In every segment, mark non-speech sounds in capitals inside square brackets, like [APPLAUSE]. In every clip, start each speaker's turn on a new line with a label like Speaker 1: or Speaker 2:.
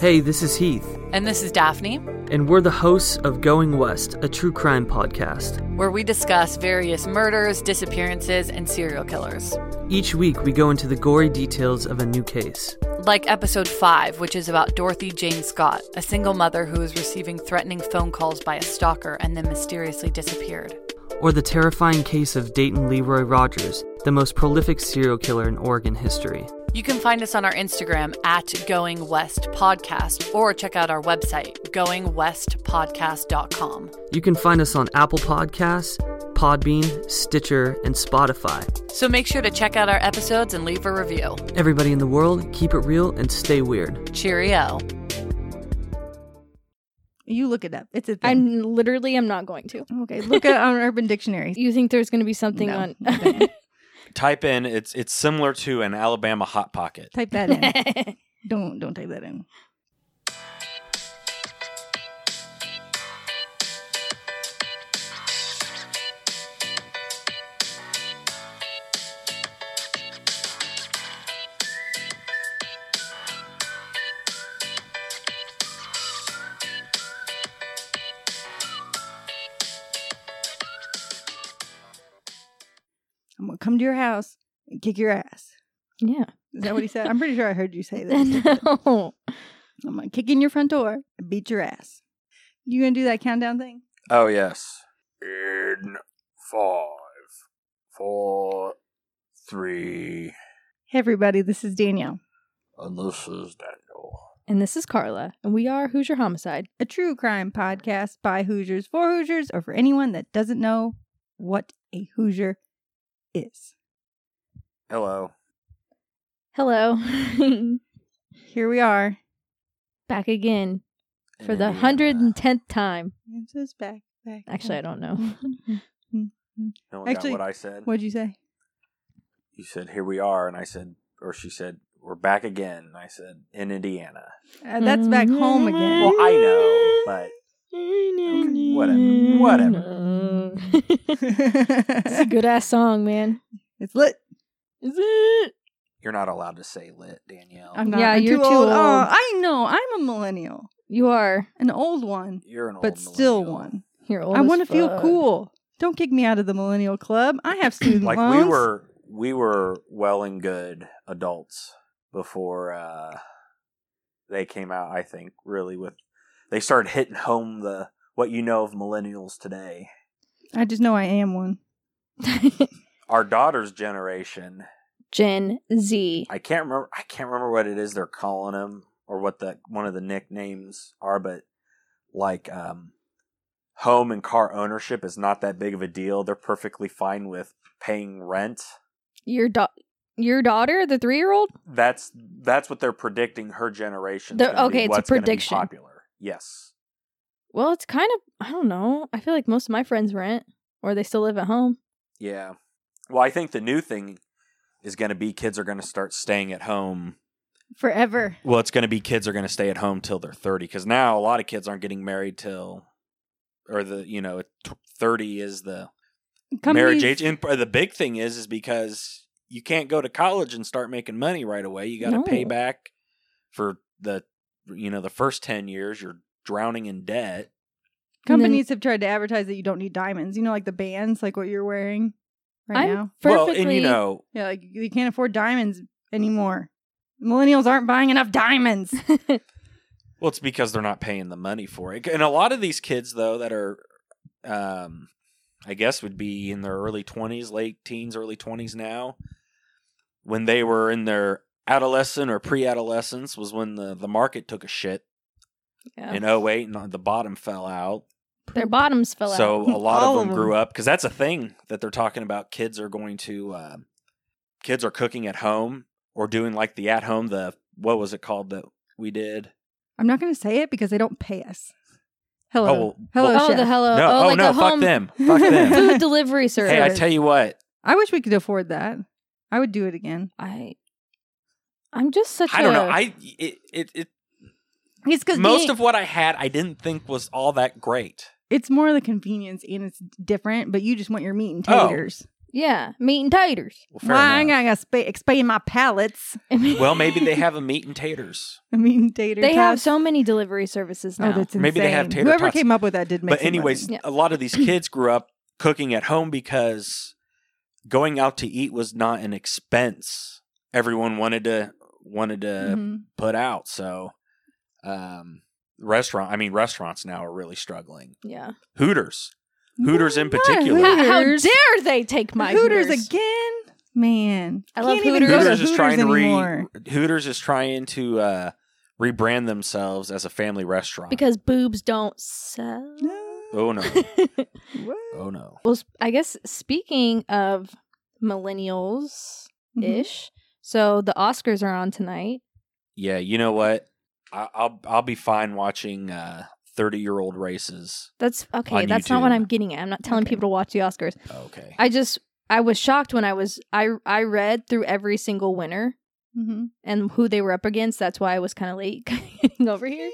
Speaker 1: Hey, this is Heath,
Speaker 2: And this is Daphne,
Speaker 1: and we're the hosts of Going West, a true crime podcast.
Speaker 2: where we discuss various murders, disappearances, and serial killers.
Speaker 1: Each week, we go into the gory details of a new case.
Speaker 2: Like episode 5, which is about Dorothy Jane Scott, a single mother who was receiving threatening phone calls by a stalker and then mysteriously disappeared.
Speaker 1: Or the terrifying case of Dayton Leroy Rogers, the most prolific serial killer in Oregon history.
Speaker 2: You can find us on our Instagram at Going West Podcast or check out our website, goingwestpodcast.com.
Speaker 1: You can find us on Apple Podcasts, Podbean, Stitcher, and Spotify.
Speaker 2: So make sure to check out our episodes and leave a review.
Speaker 1: Everybody in the world, keep it real and stay
Speaker 2: [LAUGHS]
Speaker 1: weird.
Speaker 2: Cheerio.
Speaker 3: You look it up. It's a thing.
Speaker 4: I'm literally I'm not going to.
Speaker 3: okay. Look it on Urban Dictionary.
Speaker 4: [LAUGHS] You think there's going to be something
Speaker 3: No,
Speaker 4: on?
Speaker 3: you don't.
Speaker 5: Type in it's it's similar to an Alabama hot pocket.
Speaker 3: Type that in. don't don't type that in. I'm gonna come to your house and kick your ass.
Speaker 4: yeah.
Speaker 3: Is that what he said? I'm pretty sure I heard
Speaker 4: [LAUGHS]
Speaker 3: you say that.
Speaker 4: no.
Speaker 3: I'm gonna kick in your front door and beat your ass. You gonna do that countdown thing?
Speaker 5: Oh yes. In five, four, three,
Speaker 3: Hey everybody, this is Danielle,
Speaker 5: and this is Daniel.
Speaker 4: And this is Carla, and we are Who's Your Homicide.
Speaker 3: a true crime podcast by Hoosiers for Hoosiers, or for anyone that doesn't know what a Hoosier is.
Speaker 5: Hello.
Speaker 4: [LAUGHS] Hello,
Speaker 3: Here we are.
Speaker 4: back again for the
Speaker 5: Indiana.
Speaker 4: hundred and tenth time.
Speaker 3: It's just back, back.
Speaker 4: Actually, I don't know.
Speaker 3: don't.
Speaker 4: [LAUGHS]
Speaker 5: No one
Speaker 3: Actually,
Speaker 5: got what I said.
Speaker 3: What'd you say?
Speaker 5: You said here we are, and I said, or she said, we're back again. And I said in Indiana.
Speaker 3: Uh, that's back home
Speaker 4: Mm-hmm.
Speaker 3: again.
Speaker 5: Well, I know, but
Speaker 4: [LAUGHS]
Speaker 5: whatever.
Speaker 4: Whatever. [LAUGHS] it's a good ass song, man.
Speaker 3: it's lit.
Speaker 4: Is it?
Speaker 5: you're not allowed to say lit, Danielle.
Speaker 3: I'm not.
Speaker 4: Yeah,
Speaker 3: I'm
Speaker 4: you're too
Speaker 3: old. Oh,
Speaker 4: old.
Speaker 3: I know. I'm a millennial,
Speaker 4: You are.
Speaker 3: an old one,
Speaker 5: you're an old,
Speaker 3: but still
Speaker 5: millennial.
Speaker 3: one.
Speaker 4: You're old.
Speaker 3: I
Speaker 4: as
Speaker 3: want to feel
Speaker 4: fuck.
Speaker 3: cool. Don't kick me out of the millennial club. I have
Speaker 5: [CLEARS THROAT]
Speaker 3: student
Speaker 5: Like
Speaker 3: loans.
Speaker 5: we were, we were well and good adults before uh, they came out. I think really with they started hitting home the what you know of millennials today.
Speaker 3: I just know I am one.
Speaker 5: Our daughter's generation.
Speaker 4: Gen Z.
Speaker 5: I can't remember. I can't remember what it is they're calling them or what the one of the nicknames are, but like um, home and car ownership is not that big of a deal. They're perfectly fine with paying rent.
Speaker 4: Your da- your daughter, the three year old.
Speaker 5: That's that's what they're predicting. Her generation.
Speaker 4: They're- okay, it's a prediction.
Speaker 5: Popular. Yes.
Speaker 4: Well, it's kind of I don't know. I feel like most of my friends rent or they still live at home.
Speaker 5: Yeah. Well, I think the new thing is going to be kids are going to start staying at home.
Speaker 3: Forever.
Speaker 5: Well, it's going to be kids are going to stay at home till they're 30 cuz now a lot of kids aren't getting married till or the, you know, t- 30 is the
Speaker 3: Companies-
Speaker 5: marriage age. And p- the big thing is is because you can't go to college and start making money right away. You got to pay
Speaker 4: No.
Speaker 5: back for the you know, the first 10 years you're drowning in debt.
Speaker 4: And then-
Speaker 3: Companies have tried to advertise that you don't need diamonds. You know, like the bands, like what you're wearing right
Speaker 4: I'm
Speaker 3: now.
Speaker 4: perfectly.
Speaker 5: Well, and you know,
Speaker 3: Yeah, like you can't afford diamonds anymore. Millennials aren't buying enough diamonds.
Speaker 4: [LAUGHS] Oh,
Speaker 5: Well, it's because they're not paying the money for it. And a lot of these kids, though, that are, um, I guess, would be in their early 20s, late teens, early 20s now, when they were in their adolescent or pre adolescence, was when the, the market took a shit
Speaker 4: Yeah.
Speaker 5: in 08 and the bottom fell out.
Speaker 4: their bottoms fell
Speaker 5: so
Speaker 4: out.
Speaker 5: a lot
Speaker 4: [LAUGHS]
Speaker 3: All
Speaker 5: of
Speaker 3: of
Speaker 5: them,
Speaker 3: them.
Speaker 5: grew up because that's a thing that they're talking about. Kids are going to, uh, kids are cooking at home or doing like the at home, the, what was it called that we did?
Speaker 3: I'm not going to say it because they don't pay us. Hello.
Speaker 5: Oh, well-
Speaker 3: Hello,
Speaker 4: oh,
Speaker 3: chef.
Speaker 4: the hello.
Speaker 5: no,
Speaker 4: oh,
Speaker 5: oh
Speaker 4: like
Speaker 5: no,
Speaker 4: the
Speaker 5: fuck
Speaker 4: home [LAUGHS]
Speaker 5: them. Fuck them.
Speaker 4: food delivery service.
Speaker 5: Hey, I tell you what,
Speaker 3: I wish we could afford that. I would do it again.
Speaker 4: I I'm just such
Speaker 5: I don't
Speaker 4: a
Speaker 5: know. I it it, it
Speaker 3: It's because
Speaker 5: most of what I had I didn't think was all that great.
Speaker 3: it's more the convenience and it's different, but you just want your meat and
Speaker 5: Oh.
Speaker 3: taters. [LAUGHS]
Speaker 4: Yeah, meat and taters.
Speaker 5: Well, fair
Speaker 3: Why I ain't
Speaker 5: enough.
Speaker 3: gotta spa- expand my palates?
Speaker 4: [LAUGHS] I mean,
Speaker 3: [LAUGHS]
Speaker 5: well, maybe they have a meat and taters.
Speaker 3: I mean, tater.
Speaker 4: they have
Speaker 3: tots.
Speaker 4: so many delivery services now.
Speaker 3: Oh, that's insane.
Speaker 5: Maybe they have tater
Speaker 3: Whoever
Speaker 5: tots.
Speaker 3: came up with that did make.
Speaker 5: but
Speaker 3: some
Speaker 5: anyways,
Speaker 3: money.
Speaker 4: money.
Speaker 5: a lot of these kids grew up cooking at home because going out to eat was not an expense everyone wanted to wanted to
Speaker 3: Mhm.
Speaker 5: put out. So, um, restaurant. I mean, restaurants now are really struggling.
Speaker 4: yeah.
Speaker 5: Hooters. Hooters in
Speaker 3: Not
Speaker 5: particular.
Speaker 4: How, how
Speaker 3: Hooters.
Speaker 4: dare they take my
Speaker 3: Hooters,
Speaker 4: Hooters,
Speaker 3: again, man.
Speaker 4: I love
Speaker 3: Can't even go to
Speaker 5: Hooters,
Speaker 4: Hooters
Speaker 5: is trying
Speaker 3: anymore.
Speaker 5: to re. Hooters is trying to uh, rebrand themselves as a family restaurant.
Speaker 4: because boobs don't sell.
Speaker 5: oh no,
Speaker 3: [LAUGHS] What?
Speaker 5: oh no.
Speaker 4: well, sp- I guess speaking of millennials
Speaker 3: Mhm.
Speaker 4: ish, so the Oscars are on tonight.
Speaker 5: Yeah, you know what? I, I'll I'll be fine watching thirty year old races.
Speaker 4: That's okay.
Speaker 5: On
Speaker 4: that's not what
Speaker 5: YouTube.
Speaker 4: I'm getting at. I'm not telling
Speaker 3: Okay.
Speaker 4: people to watch the Oscars.
Speaker 5: Okay.
Speaker 4: I just I was shocked when I was I I read through every single winner
Speaker 3: Mhm.
Speaker 4: and who they were up against. That's why I was kind of late [LAUGHS] getting over here.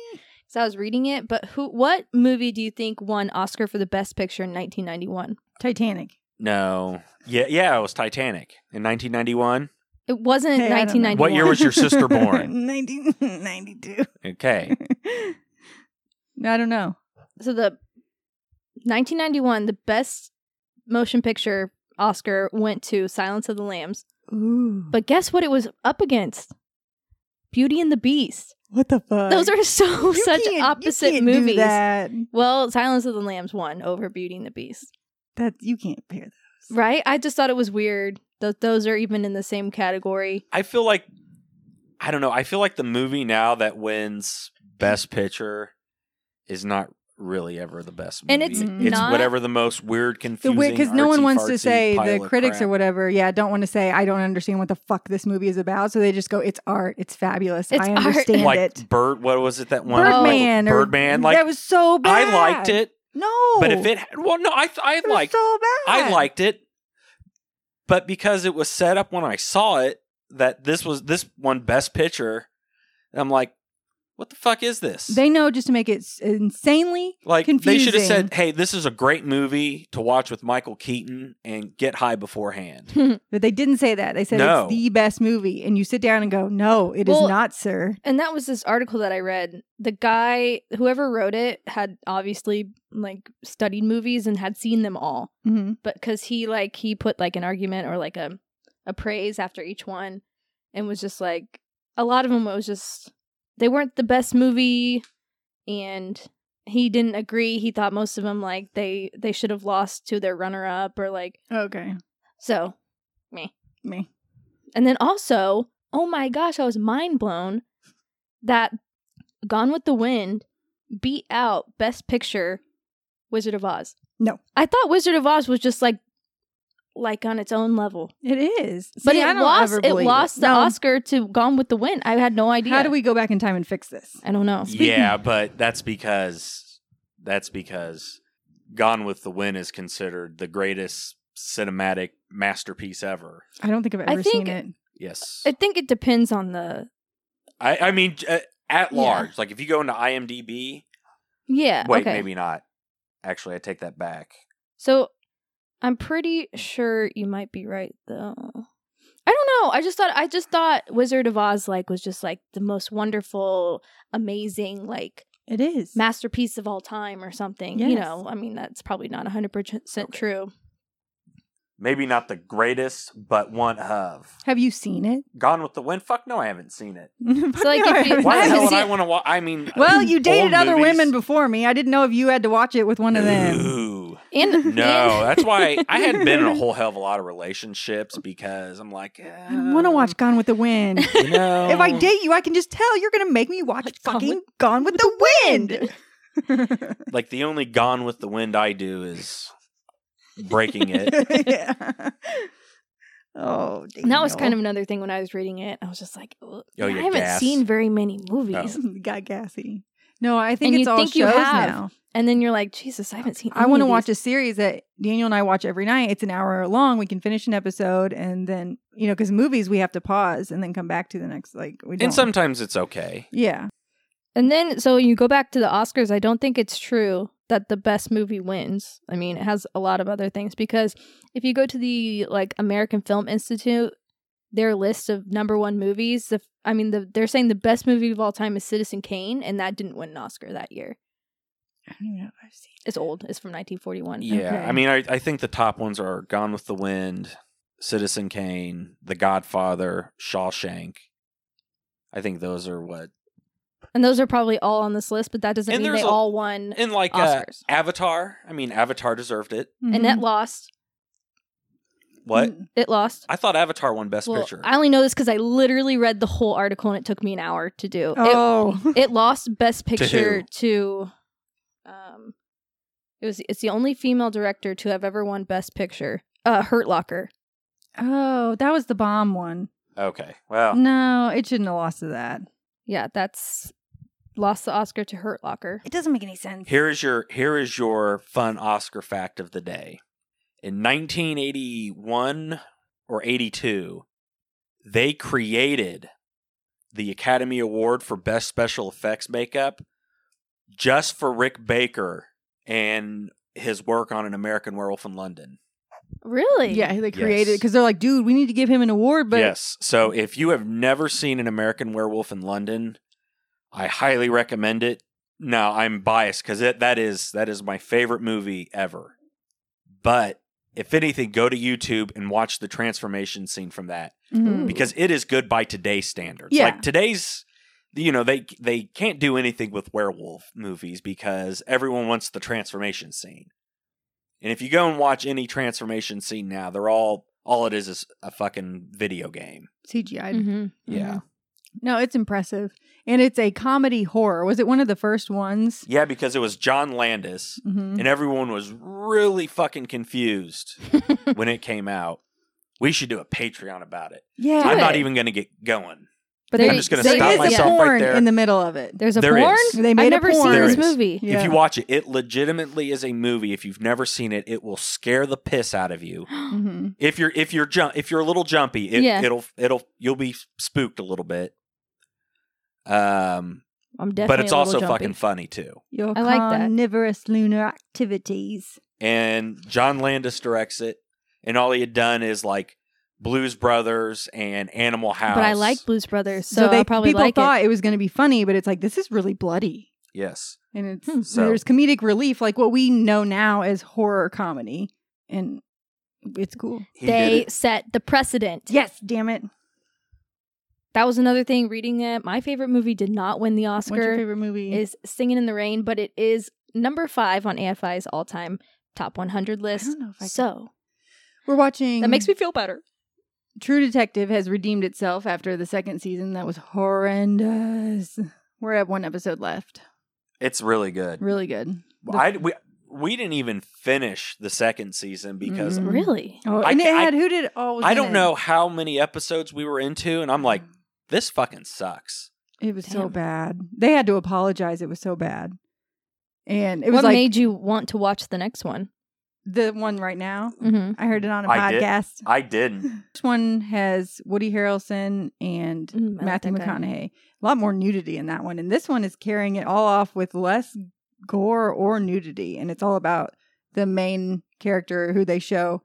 Speaker 4: So I was reading it, but who? What movie do you think won Oscar for the Best Picture in 1991?
Speaker 3: Titanic.
Speaker 5: no. Yeah, yeah. It was Titanic in 1991.
Speaker 4: It wasn't
Speaker 3: Hey, I don't know.
Speaker 4: 1991.
Speaker 5: What year was your
Speaker 3: [LAUGHS]
Speaker 5: sister born?
Speaker 3: 1992.
Speaker 5: Okay.
Speaker 3: [LAUGHS] I don't know.
Speaker 4: so the 1991? The Best Motion Picture Oscar went to Silence of the Lambs.
Speaker 3: Ooh.
Speaker 4: But guess what? It was up against Beauty and the Beast.
Speaker 3: what the fuck?
Speaker 4: Those are so
Speaker 3: You
Speaker 4: [LAUGHS] such
Speaker 3: can't- you
Speaker 4: opposite
Speaker 3: can't do
Speaker 4: movies.
Speaker 3: that.
Speaker 4: Well, Silence of the Lambs won over Beauty and the Beast,
Speaker 3: That you can't pair that.
Speaker 4: right? I just thought it was weird that those are even in the same category.
Speaker 5: I feel like I don't know. I feel like the movie now that wins Best Picture is not really ever the best movie.
Speaker 4: And it's
Speaker 5: it's
Speaker 4: not-
Speaker 5: whatever the most weird, confusing.
Speaker 3: because no one wants
Speaker 5: artsy-fartsy
Speaker 3: to say
Speaker 5: pile
Speaker 3: the
Speaker 5: of
Speaker 3: critics
Speaker 5: crap.
Speaker 3: or whatever. Yeah, don't want to say I don't understand what the fuck this movie is about. So they just go, "It's art. It's fabulous.
Speaker 4: It's
Speaker 3: I
Speaker 4: art."
Speaker 3: understand
Speaker 5: Like
Speaker 3: it."
Speaker 5: Bird, what was it that one?
Speaker 3: Birdman.
Speaker 5: Like,
Speaker 3: or-
Speaker 5: Birdman. Like
Speaker 3: that was so bad.
Speaker 5: I liked it,
Speaker 3: No,
Speaker 5: but if it well, no, I I
Speaker 3: It was
Speaker 5: liked
Speaker 3: so bad.
Speaker 5: I liked it, but because it was set up when I saw it that this was this one Best Picture, I'm like, what the fuck is this?
Speaker 3: They know just to make it s-
Speaker 4: [LAUGHS]
Speaker 3: insanely
Speaker 5: Like they should have
Speaker 3: confusing.
Speaker 5: said, "Hey, this is a great movie to watch with Michael Keaton and get high beforehand."
Speaker 3: But they didn't say that. They said
Speaker 5: No.
Speaker 3: it's the best movie. And you sit down and go, no, it is
Speaker 4: Well-
Speaker 3: not, sir.
Speaker 4: And that was this article that I read. The guy, whoever wrote it, had obviously like studied movies and had seen them all.
Speaker 3: Mm-hmm.
Speaker 4: but because he like he put like an argument or like a a praise after each one and was just like a lot of them was just they weren't the best movie and he didn't agree he thought most of them like they they should have lost to their runner up or like
Speaker 3: Okay.
Speaker 4: so
Speaker 3: Me.
Speaker 4: and then also oh my gosh i was mind blown that gone with the wind beat out best picture wizard of oz
Speaker 3: No.
Speaker 4: i thought wizard of oz was just like like on its own level
Speaker 3: It is.
Speaker 4: but
Speaker 3: See, I
Speaker 4: it
Speaker 3: don't
Speaker 4: lost.
Speaker 3: ever
Speaker 4: It
Speaker 3: believe
Speaker 4: lost the
Speaker 3: No.
Speaker 4: Oscar to Gone with the Wind. I had no idea.
Speaker 3: How do we go back in time and fix this? [LAUGHS]
Speaker 4: I don't know.
Speaker 5: yeah, but that's because that's because Gone with the Wind is considered the greatest cinematic masterpiece ever.
Speaker 3: I don't think I've
Speaker 4: I
Speaker 3: ever
Speaker 4: think-
Speaker 3: seen it.
Speaker 5: Yes,
Speaker 4: I think it depends on the
Speaker 5: I, I mean uh, at
Speaker 4: Yeah.
Speaker 5: large. Like if you go into IMDb,
Speaker 4: yeah.
Speaker 5: wait,
Speaker 4: okay.
Speaker 5: maybe not. Actually, I take that back.
Speaker 4: So I'm pretty sure you might be right though. I don't know. I just thought I just thought Wizard of Oz like was just like the most wonderful, amazing like
Speaker 3: It is.
Speaker 4: masterpiece of all time or something. You
Speaker 3: Yes.
Speaker 4: know, I mean that's probably not 100%
Speaker 5: Okay.
Speaker 4: true.
Speaker 5: Maybe not the greatest, but one of
Speaker 3: have you seen it? [LAUGHS]
Speaker 5: Gone with the Wind. Fuck no, I haven't seen it.
Speaker 3: Fuck
Speaker 4: like,
Speaker 3: no,
Speaker 4: if
Speaker 3: I
Speaker 4: you-
Speaker 3: haven't
Speaker 5: Why the
Speaker 3: seen
Speaker 5: hell would
Speaker 3: it.
Speaker 5: I want to watch? I mean, uh,
Speaker 3: Well, you dated
Speaker 5: old
Speaker 3: other
Speaker 5: movies.
Speaker 3: women before me. I didn't know if you had to watch it with one of them.
Speaker 5: Ooh.
Speaker 3: [LAUGHS]
Speaker 4: And
Speaker 5: No, [LAUGHS]
Speaker 4: and-
Speaker 5: that's why I had been in a whole hell of a lot of relationships because I'm like, eh,
Speaker 3: I don't want to watch Gone with the
Speaker 5: [LAUGHS]
Speaker 3: Wind. [LAUGHS] if
Speaker 5: You know,
Speaker 3: I date you, I can just tell you're going to make me watch
Speaker 4: Like, Gone
Speaker 3: fucking
Speaker 4: with-
Speaker 3: Gone with, the, Wind.
Speaker 5: like the only Gone with the Wind I do is breaking it.
Speaker 3: [LAUGHS] yeah. Oh, Daniel.
Speaker 4: And that was kind of another thing when I was reading it. I was just like, "Ugh,
Speaker 5: Oh,
Speaker 4: I
Speaker 5: yeah,
Speaker 4: haven't
Speaker 5: gas.
Speaker 4: seen very many movies.
Speaker 3: [LAUGHS] got gassy. No, I
Speaker 4: And
Speaker 3: think it's
Speaker 4: you
Speaker 3: all
Speaker 4: think
Speaker 3: shows
Speaker 4: you have.
Speaker 3: now.
Speaker 4: And then you're like, Jesus, I haven't seen.
Speaker 3: I want to watch
Speaker 4: it.
Speaker 3: a series that Daniel and I watch every night. It's an hour long. We can finish an episode and then you know because movies we have to pause and then come back to the next. Like we don't.
Speaker 5: And sometimes it's okay.
Speaker 3: yeah,
Speaker 4: And then so you go back to the Oscars. I don't think it's true that the best movie wins. I mean, it has a lot of other things because if you go to the like American Film Institute, their list of number one movies, the I mean, the, they're saying the best movie of all time is Citizen Kane, and that didn't win an Oscar that year.
Speaker 3: I don't even know if I've seen
Speaker 4: It's old. It's from 1941.
Speaker 5: Yeah,
Speaker 3: Okay.
Speaker 5: I mean, I, I think the top ones are Gone with the Wind, Citizen Kane, The Godfather, Shawshank. I think those are what.
Speaker 4: And those are probably all on this list, but that doesn't
Speaker 5: And
Speaker 4: mean
Speaker 5: there's
Speaker 4: they
Speaker 5: a-
Speaker 4: all won.
Speaker 5: And like uh,
Speaker 4: Oscars.
Speaker 5: Avatar. I mean, Avatar deserved it.
Speaker 3: it.
Speaker 4: And it lost.
Speaker 5: What?
Speaker 3: Mm.
Speaker 4: It lost.
Speaker 5: I thought Avatar won Best
Speaker 4: Well,
Speaker 5: Picture.
Speaker 4: I only know this because I literally read the whole article and it took me an hour to do.
Speaker 3: Oh. [LAUGHS]
Speaker 4: It, it lost Best Picture
Speaker 5: who?
Speaker 4: to, um, it was it's the only female director to have ever won Best Picture. Uh, Hurt Locker.
Speaker 3: oh, that was the bomb one.
Speaker 5: okay. Well,
Speaker 3: No, Oh, it shouldn't have lost to that.
Speaker 4: Yeah, that's lost the Oscar to Hurt Locker.
Speaker 3: It doesn't make any sense.
Speaker 5: here is your here is your fun Oscar fact of the day. In 1981 or 82, they created the Academy Award for Best Special Effects Makeup just for Rick Baker and his work on An American Werewolf in London.
Speaker 4: Really?
Speaker 3: Yeah, they created it
Speaker 5: Yes.
Speaker 3: because they're like, dude, we need to give him an award, but
Speaker 5: yes. So if you have never seen An American Werewolf in London, I highly recommend it. Now I'm biased because that is that is my favorite movie ever. But if anything, go to YouTube and watch the transformation scene from that
Speaker 3: Mhm.
Speaker 5: because it is good by today's standards.
Speaker 3: Yeah.
Speaker 5: Like today's, you know, they they can't do anything with werewolf movies because everyone wants the transformation scene. And if you go and watch any transformation scene now, they're all all it is is a fucking video game.
Speaker 3: CGI.
Speaker 4: hmm
Speaker 5: Yeah.
Speaker 3: No, it's impressive. And it's a comedy horror. Was it one of the first ones?
Speaker 5: Yeah, because it was John Landis
Speaker 3: Mm-hmm.
Speaker 5: and everyone was really fucking
Speaker 3: [LAUGHS]
Speaker 5: confused when it came out. We should do a Patreon about it.
Speaker 3: Yeah.
Speaker 5: I'm not
Speaker 4: it.
Speaker 5: even going to get going.
Speaker 4: But
Speaker 5: I'm
Speaker 4: there-
Speaker 5: just gonna
Speaker 4: there
Speaker 5: stop
Speaker 4: is a
Speaker 3: There is
Speaker 5: myself
Speaker 3: a
Speaker 5: right
Speaker 3: porn
Speaker 5: there.
Speaker 3: in the middle of it.
Speaker 4: There's a
Speaker 5: There
Speaker 4: porn.
Speaker 5: is.
Speaker 3: They made a
Speaker 4: I've never
Speaker 3: porn.
Speaker 4: seen
Speaker 5: There
Speaker 4: this
Speaker 5: is.
Speaker 4: movie.
Speaker 5: If
Speaker 3: Yeah.
Speaker 5: you watch it, it legitimately is a movie. If you've never seen it, it will scare the piss out of
Speaker 4: [GASPS]
Speaker 5: you.
Speaker 3: hmm
Speaker 5: If you're if you're jump if you're a little jumpy, it,
Speaker 4: Yeah.
Speaker 5: it'll it'll you'll be spooked a little bit. Um,
Speaker 4: I'm definitely.
Speaker 5: but it's
Speaker 4: a little
Speaker 5: also
Speaker 4: jumpy.
Speaker 5: fucking funny too.
Speaker 3: Your
Speaker 4: I like that.
Speaker 3: carnivorous lunar activities.
Speaker 5: and John Landis directs it, and all he had done is like Blues Brothers and Animal House.
Speaker 4: But I like Blues Brothers, so,
Speaker 3: So, they
Speaker 4: I'll probably
Speaker 3: people
Speaker 4: like it.
Speaker 3: thought it, was going to be funny, but it's like this is really bloody,
Speaker 5: yes,
Speaker 3: and it's
Speaker 4: Hmm.
Speaker 5: So-
Speaker 3: there's comedic relief, like what we know now as horror comedy, and it's cool.
Speaker 5: he
Speaker 4: they
Speaker 5: did it.
Speaker 4: set the precedent.
Speaker 3: Yes, damn it.
Speaker 4: That was another thing reading it. My favorite movie did not win the
Speaker 3: What's your
Speaker 4: Oscar
Speaker 3: favorite movie?
Speaker 4: is Singing in the Rain, but it is number 5 on AFI's all-time top 100
Speaker 3: I
Speaker 4: list.
Speaker 3: don't know if I
Speaker 4: So,
Speaker 3: we're watching.
Speaker 4: that makes me feel better.
Speaker 3: True Detective has redeemed itself after the second season. That was horrendous. We're at one episode left.
Speaker 5: It's really good.
Speaker 3: Really good. the-
Speaker 5: I we we didn't even finish the second season because
Speaker 3: Mm.
Speaker 4: Really?
Speaker 3: Oh,
Speaker 5: I
Speaker 3: and it
Speaker 5: ca- I-
Speaker 3: had who did? Oh, was
Speaker 5: I
Speaker 3: in
Speaker 5: don't
Speaker 3: it?
Speaker 5: know how many episodes we were into, and I'm like, this fucking sucks.
Speaker 3: It was so
Speaker 4: Damn.
Speaker 3: bad. They had to apologize. It was so bad. And it was
Speaker 4: what
Speaker 3: like
Speaker 4: made you want to watch the next one?
Speaker 3: the one right now.
Speaker 4: Mhm.
Speaker 3: I heard it on a
Speaker 5: I did.
Speaker 3: podcast.
Speaker 5: I didn't.
Speaker 3: [LAUGHS] This one has Woody Harrelson and
Speaker 4: Mm, I like
Speaker 3: Matthew
Speaker 4: that guy.
Speaker 3: McConaughey. A lot more nudity in that one. And this one is carrying it all off with less gore or nudity. And it's all about the main character who they show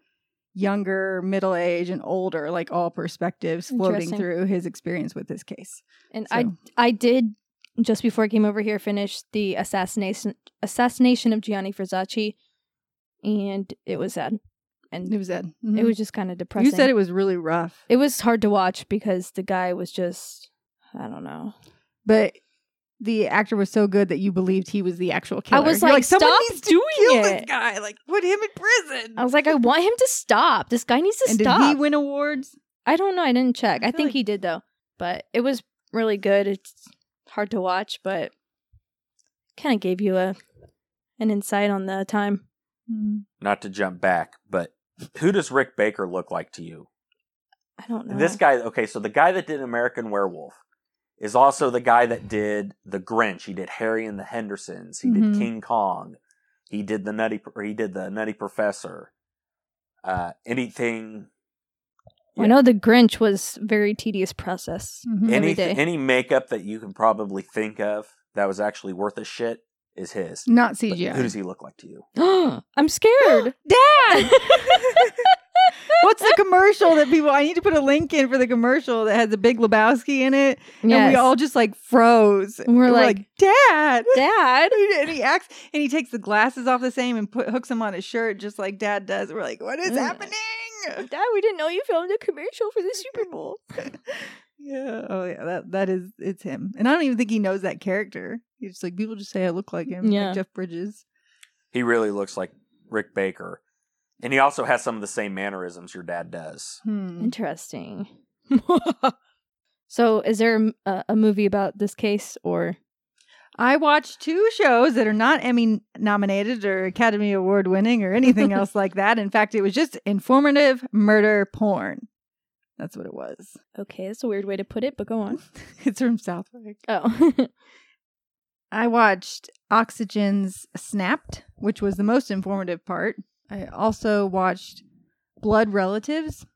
Speaker 3: younger, middle age, and older, like all perspectives floating
Speaker 4: Interesting.
Speaker 3: through his experience with this case.
Speaker 4: And
Speaker 3: So-
Speaker 4: I I did just before I came over here finish the assassination assassination of Gianni Versace and it was sad. And
Speaker 3: It was that.
Speaker 4: it was just kind of depressing.
Speaker 3: you said it was really rough.
Speaker 4: it was hard to watch because the guy was just I don't know.
Speaker 3: but the actor was so good that you believed he was the actual killer.
Speaker 4: was
Speaker 3: You're
Speaker 4: like, "Stop
Speaker 3: to
Speaker 4: doing
Speaker 3: kill this
Speaker 4: it."
Speaker 3: guy. Like, put him in prison."
Speaker 4: I was like, I want him to stop. This guy needs to
Speaker 3: and
Speaker 4: stop.
Speaker 3: did he win awards?
Speaker 4: I don't know. I didn't check.
Speaker 3: I
Speaker 4: I,
Speaker 3: feel
Speaker 4: think
Speaker 3: like-
Speaker 4: he did though. But it was really good. It's hard to watch, but kind of gave you a an insight on the time. Mm-hmm.
Speaker 5: Not to jump back, but who does Rick Baker look like to you?
Speaker 4: I don't
Speaker 3: Uh-huh.
Speaker 4: know.
Speaker 5: This guy, okay, so the guy that did American Werewolf is also the guy that did The Grinch. He did Harry and the Hendersons. He
Speaker 3: Mhm.
Speaker 5: did King Kong. He did the Nutty. Or he did the Nutty Professor. Uh, anything,
Speaker 4: I know the Grinch was very tedious process.
Speaker 3: Mhm.
Speaker 4: Every
Speaker 5: any
Speaker 4: day. [GASPS]
Speaker 5: any makeup that you can probably think of that was actually worth a shit. is his.
Speaker 3: Not
Speaker 5: But Who does
Speaker 3: CGI.
Speaker 5: he look like to you?
Speaker 4: I'm scared.
Speaker 3: [GASPS]
Speaker 4: [LAUGHS]
Speaker 3: Dad! What's the commercial that people? I need to put a link in for the commercial that had the Big Lebowski in it, and we all just like froze.
Speaker 4: And we're
Speaker 3: And
Speaker 4: like,
Speaker 3: Dad,
Speaker 4: Dad.
Speaker 3: [LAUGHS] and he acts, and he takes the glasses off the same and put hooks them on his shirt, just like Dad does. We're like, what is
Speaker 4: Mm.
Speaker 3: happening?
Speaker 4: Dad, we didn't know you filmed a commercial for the Super Bowl.
Speaker 3: yeah, oh yeah, that that is it's him, and I don't even think he knows that character. He's just like people just say I look like him,
Speaker 4: Yeah.
Speaker 3: like Jeff Bridges.
Speaker 5: He really looks like Rick Baker. And he also has some of the same mannerisms your dad does.
Speaker 3: Hmm.
Speaker 4: Interesting. [LAUGHS] so, is there a, a movie about this case or?
Speaker 3: I watched two shows that are not Emmy nominated or Academy Award winning or anything else like that. In fact, it was just informative murder porn. That's what it was.
Speaker 4: Okay, that's a weird way to put it, but go on.
Speaker 3: [LAUGHS] It's from South Park.
Speaker 4: Oh,
Speaker 3: [LAUGHS] I watched Oxygen's Snapped, which was the most informative part. I also watched Blood Relatives. [LAUGHS]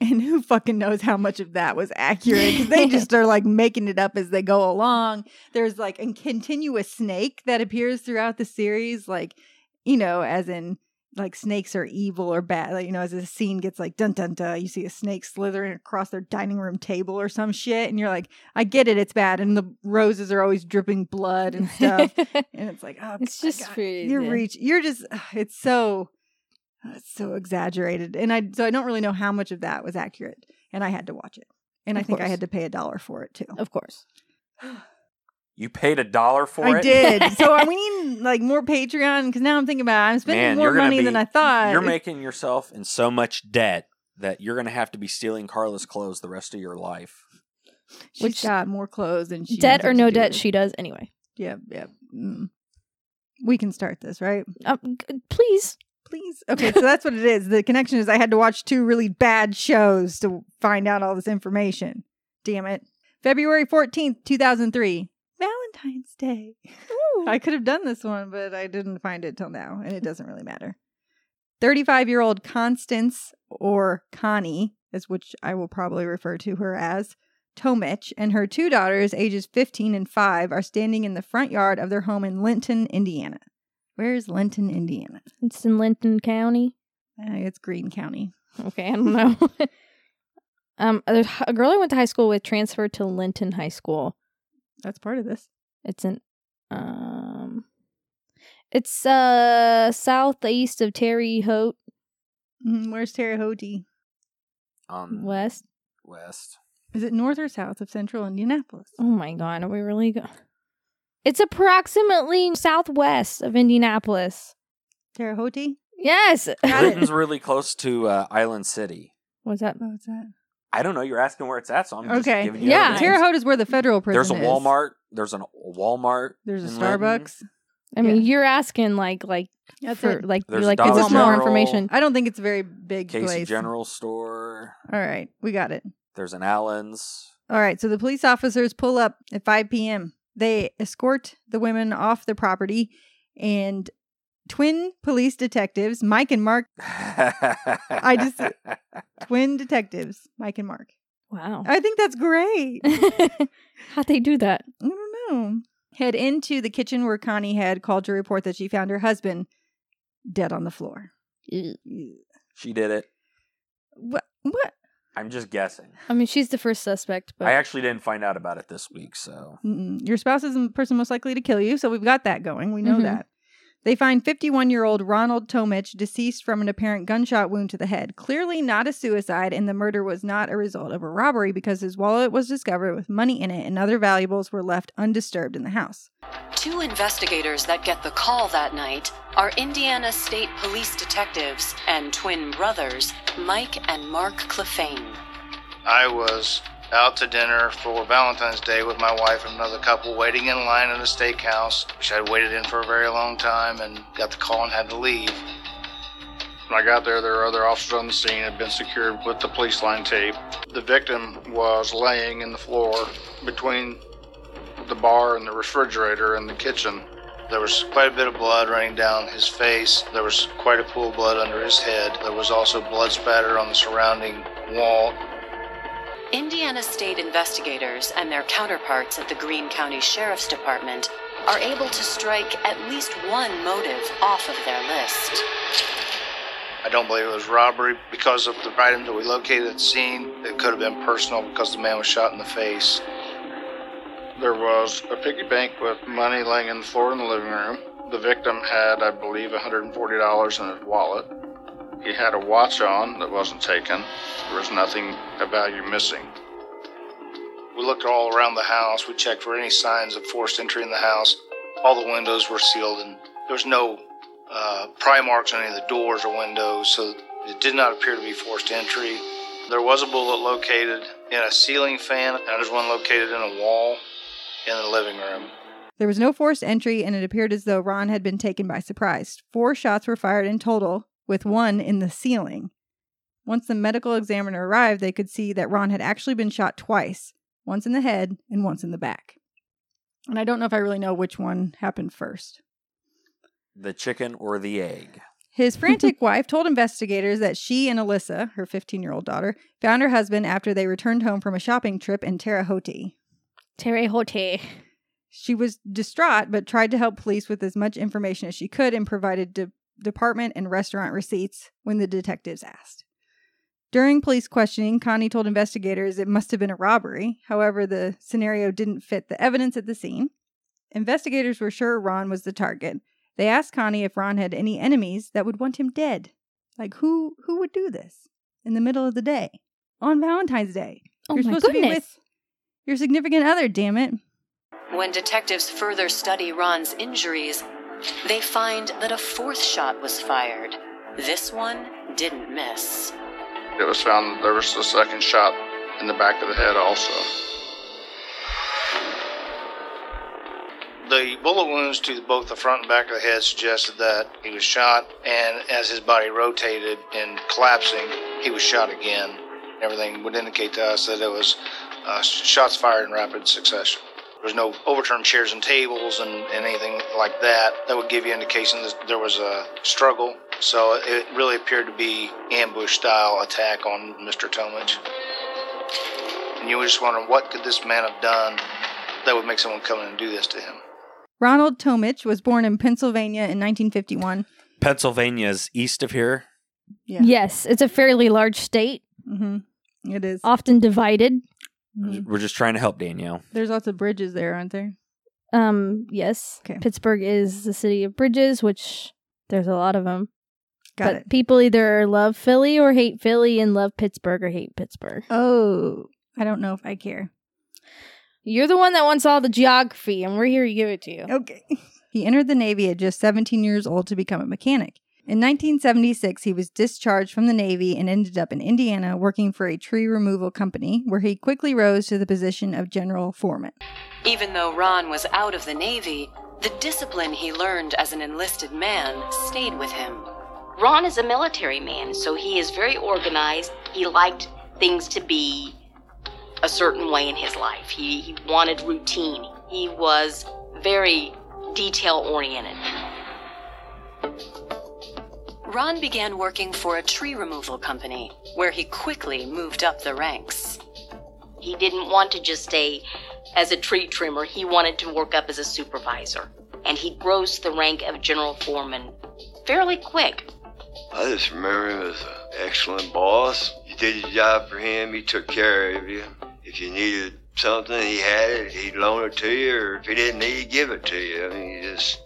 Speaker 3: And who fucking knows how much of that was accurate? 'Cause they just are like making it up as they go along. There's like a continuous snake that appears throughout the series, like, you know, as in like snakes are evil or bad. Like, you know, as the scene gets like dun dun dun, you see a snake slithering across their dining room table or some shit. And you're like, I get it, it's bad. And the roses are always dripping blood and
Speaker 4: [LAUGHS]
Speaker 3: stuff. and it's like, oh,
Speaker 4: It's
Speaker 3: my
Speaker 4: just
Speaker 3: God,
Speaker 4: crazy.
Speaker 3: You're reach. You're just. ugh, It's so. It's so exaggerated, and I so I don't really know how much of that was accurate, and I had to watch it, and I
Speaker 4: Of
Speaker 3: think I
Speaker 4: course.
Speaker 3: had to pay a dollar for it too.
Speaker 4: of course.
Speaker 5: You paid a dollar for it?
Speaker 3: I did. so
Speaker 4: [LAUGHS]
Speaker 5: [LAUGHS]
Speaker 3: we need like more Patreon because now I'm thinking about it. I'm spending
Speaker 5: Man,
Speaker 3: more
Speaker 5: you're gonna
Speaker 3: money
Speaker 5: be-
Speaker 3: than I thought.
Speaker 5: You're making yourself in so much debt that you're going to have to be stealing Carla's clothes the rest of your life.
Speaker 3: She's
Speaker 4: Which-
Speaker 3: got more clothes than she
Speaker 4: debt
Speaker 3: knows
Speaker 4: or
Speaker 3: what
Speaker 4: no
Speaker 3: to do
Speaker 4: debt,
Speaker 3: with.
Speaker 4: she does anyway.
Speaker 3: Yep, yep. Mm. We can start this, right?
Speaker 4: Um, g- please.
Speaker 3: please. Okay, so that's what it is. The connection is I had to watch two really bad shows to find out all this information. Damn it. February 14th, 2003. Valentine's Day. [LAUGHS] I could have done this one, but I didn't find it till now, and it doesn't really matter. 35 year old Constance, or Connie, is which I will probably refer to her as, Tomich, and her two daughters, ages 15 and 5, are standing in the front yard of their home in Linton, Indiana. Where is Linton, Indiana?
Speaker 4: It's in Lincoln County.
Speaker 3: Uh, it's Greene County.
Speaker 4: Okay, I don't know. [LAUGHS] um, a, a girl I went to high school with transferred to Linton High School.
Speaker 3: That's part of this.
Speaker 4: It's in, um, it's uh southeast of Terry Haute
Speaker 3: Mm, where's Terre Haute?
Speaker 5: On
Speaker 4: West.
Speaker 5: West.
Speaker 3: Is it north or south of central Indianapolis?
Speaker 4: Oh my god, are we really? Go- it's approximately southwest of Indianapolis.
Speaker 3: Terre Haute? [LAUGHS]
Speaker 4: Yes.
Speaker 3: Got it.
Speaker 5: Linton's really close to uh, Island City.
Speaker 4: What's that?
Speaker 3: What's that?
Speaker 5: I don't know. You're asking where it's at, so I'm just
Speaker 3: okay.
Speaker 5: giving you
Speaker 4: Yeah.
Speaker 5: other
Speaker 3: Terre
Speaker 5: names.
Speaker 3: Haute is where the federal prison
Speaker 5: There's a
Speaker 3: is.
Speaker 5: Walmart. There's an Walmart.
Speaker 3: There's a
Speaker 5: in Linton.
Speaker 3: Starbucks.
Speaker 4: I mean,
Speaker 3: Yeah.
Speaker 4: you're asking like like
Speaker 3: That's
Speaker 4: for
Speaker 3: it.
Speaker 4: like
Speaker 5: There's
Speaker 4: you
Speaker 5: a
Speaker 4: like
Speaker 5: Dollar
Speaker 4: want more
Speaker 3: General.
Speaker 4: information.
Speaker 3: I don't think it's a very big
Speaker 5: Casey
Speaker 3: place.
Speaker 5: General Store.
Speaker 3: All right. We got it.
Speaker 5: There's an Allen's.
Speaker 3: All right. So the police officers pull up at 5 p.m. They escort the women off the property and twin police detectives, Mike and Mark,
Speaker 5: [LAUGHS] I
Speaker 3: just- twin detectives, Mike and Mark.
Speaker 4: Wow.
Speaker 3: I think that's great.
Speaker 4: [LAUGHS] How'd they do that?
Speaker 3: I don't know. Head into the kitchen where Connie had called to report that she found her husband dead on the floor.
Speaker 5: she did it.
Speaker 3: What? What?
Speaker 5: I'm just guessing.
Speaker 4: I mean, she's the first suspect, but
Speaker 5: I actually didn't find out about it this week, so
Speaker 3: Mm-mm. Your spouse is the person most likely to kill you, so we've got that going. We know
Speaker 4: Mhm.
Speaker 3: that. They find 51 year old Ronald Tomich deceased from an apparent gunshot wound to the head. Clearly not a suicide, and the murder was not a result of a robbery because his wallet was discovered with money in it and other valuables were left undisturbed in the house.
Speaker 6: Two investigators that get the call that night are Indiana State Police detectives and twin brothers, Mike and Mark Clefane.
Speaker 7: I was out to dinner for Valentine's Day with my wife and another couple waiting in line at a steakhouse, which I'd waited in for a very long time and got the call and had to leave. When I got there, there were other officers on the scene had been secured with the police line tape. The victim was laying in the floor between the bar and the refrigerator in the kitchen. There was quite a bit of blood running down his face. There was quite a pool of blood under his head. There was also blood spatter on the surrounding wall
Speaker 6: Indiana State investigators and their counterparts at the Greene County Sheriff's Department are able to strike at least one motive off of their list.
Speaker 7: I don't believe it was robbery because of the items that we located at the scene. It could have been personal because the man was shot in the face. There was a piggy bank with money laying on the floor in the living room. The victim had, I believe, $140 in his wallet. He had a watch on that wasn't taken. There was nothing of value missing. We looked all around the house. We checked for any signs of forced entry in the house. All the windows were sealed, and there was no uh, pry marks on any of the doors or windows, so it did not appear to be forced entry. There was a bullet located in a ceiling fan, and there's one located in a wall in the living room.
Speaker 3: There was no forced entry, and it appeared as though Ron had been taken by surprise. Four shots were fired in total, with one in the ceiling. Once the medical examiner arrived, they could see that Ron had actually been shot twice once in the head and once in the back. And I don't know if I really know which one happened first.
Speaker 5: The chicken or the egg?
Speaker 4: [LAUGHS]
Speaker 3: His frantic wife told investigators that she and Alyssa, her 15 year old daughter, found her husband after they returned home from a shopping trip in Terre Haute.
Speaker 4: Terre Haute.
Speaker 3: She was distraught, but tried to help police with as much information as she could and provided de- department and restaurant receipts when the detectives asked. During police questioning, Connie told investigators it must have been a robbery. However, the scenario didn't fit the evidence at the scene. Investigators were sure Ron was the target. They asked Connie if Ron had any enemies that would want him dead. Like who who would do this in the middle of the day on Valentine's Day?
Speaker 4: Oh
Speaker 3: You're
Speaker 4: my
Speaker 3: supposed to be
Speaker 4: goodness.
Speaker 3: with your significant other, damn it.
Speaker 6: When detectives further study Ron's injuries, they find that a fourth shot was fired. This one didn't miss.
Speaker 7: It was found that there was a second shot in the back of the head also. The bullet wounds to both the front and back of the head suggested that he was shot, and as his body rotated and collapsing, he was shot again. Everything would indicate to us that it was uh, shots fired in rapid succession. There was no overturned chairs and tables and, and anything like that. That would give you indication that there was a struggle. So it really appeared to be ambush style attack on Mr. Tomich. And you were just wondering what could this man have done that would make someone come in and do this to him?
Speaker 3: Ronald Tomich was born in Pennsylvania in 1951.
Speaker 5: Pennsylvania's east of here.
Speaker 3: Yeah.
Speaker 4: Yes, it's a fairly large state,
Speaker 3: Mm-hmm. It is.
Speaker 4: often divided.
Speaker 3: Mhm.
Speaker 5: We're just trying to help Danielle. [LAUGHS]
Speaker 3: There's lots of bridges there, aren't there?
Speaker 4: Um, yes,
Speaker 3: Okay.
Speaker 4: Pittsburgh is the city of bridges, which there's a lot of them.
Speaker 3: Got
Speaker 4: but
Speaker 3: it.
Speaker 4: people either love Philly or hate Philly and love Pittsburgh or hate Pittsburgh.
Speaker 3: Oh, I don't know if I care.
Speaker 4: You're the one that wants all the geography, and we're here to give it to you.
Speaker 3: Okay. He entered the Navy at just 17 years old to become a mechanic. In 1976, he was discharged from the Navy and ended up in Indiana working for a tree removal company, where he quickly rose to the position of general foreman.
Speaker 6: Even though Ron was out of the Navy, the discipline he learned as an enlisted man stayed with him.
Speaker 8: Ron is a military man, so he is very organized. He liked things to be a certain way in his life. He, he wanted routine. He was very detail oriented.
Speaker 6: Ron began working for a tree removal company, where he quickly moved up the ranks.
Speaker 8: He didn't want to just stay as a tree trimmer. He wanted to work up as a supervisor. And he rose to the rank of general foreman fairly quick.
Speaker 9: I just remember him as an excellent boss. You did your job for him, he took care of you. If you needed something, he had it, he'd loan it to you, or if he didn't need, he'd give it to you. I mean, he's just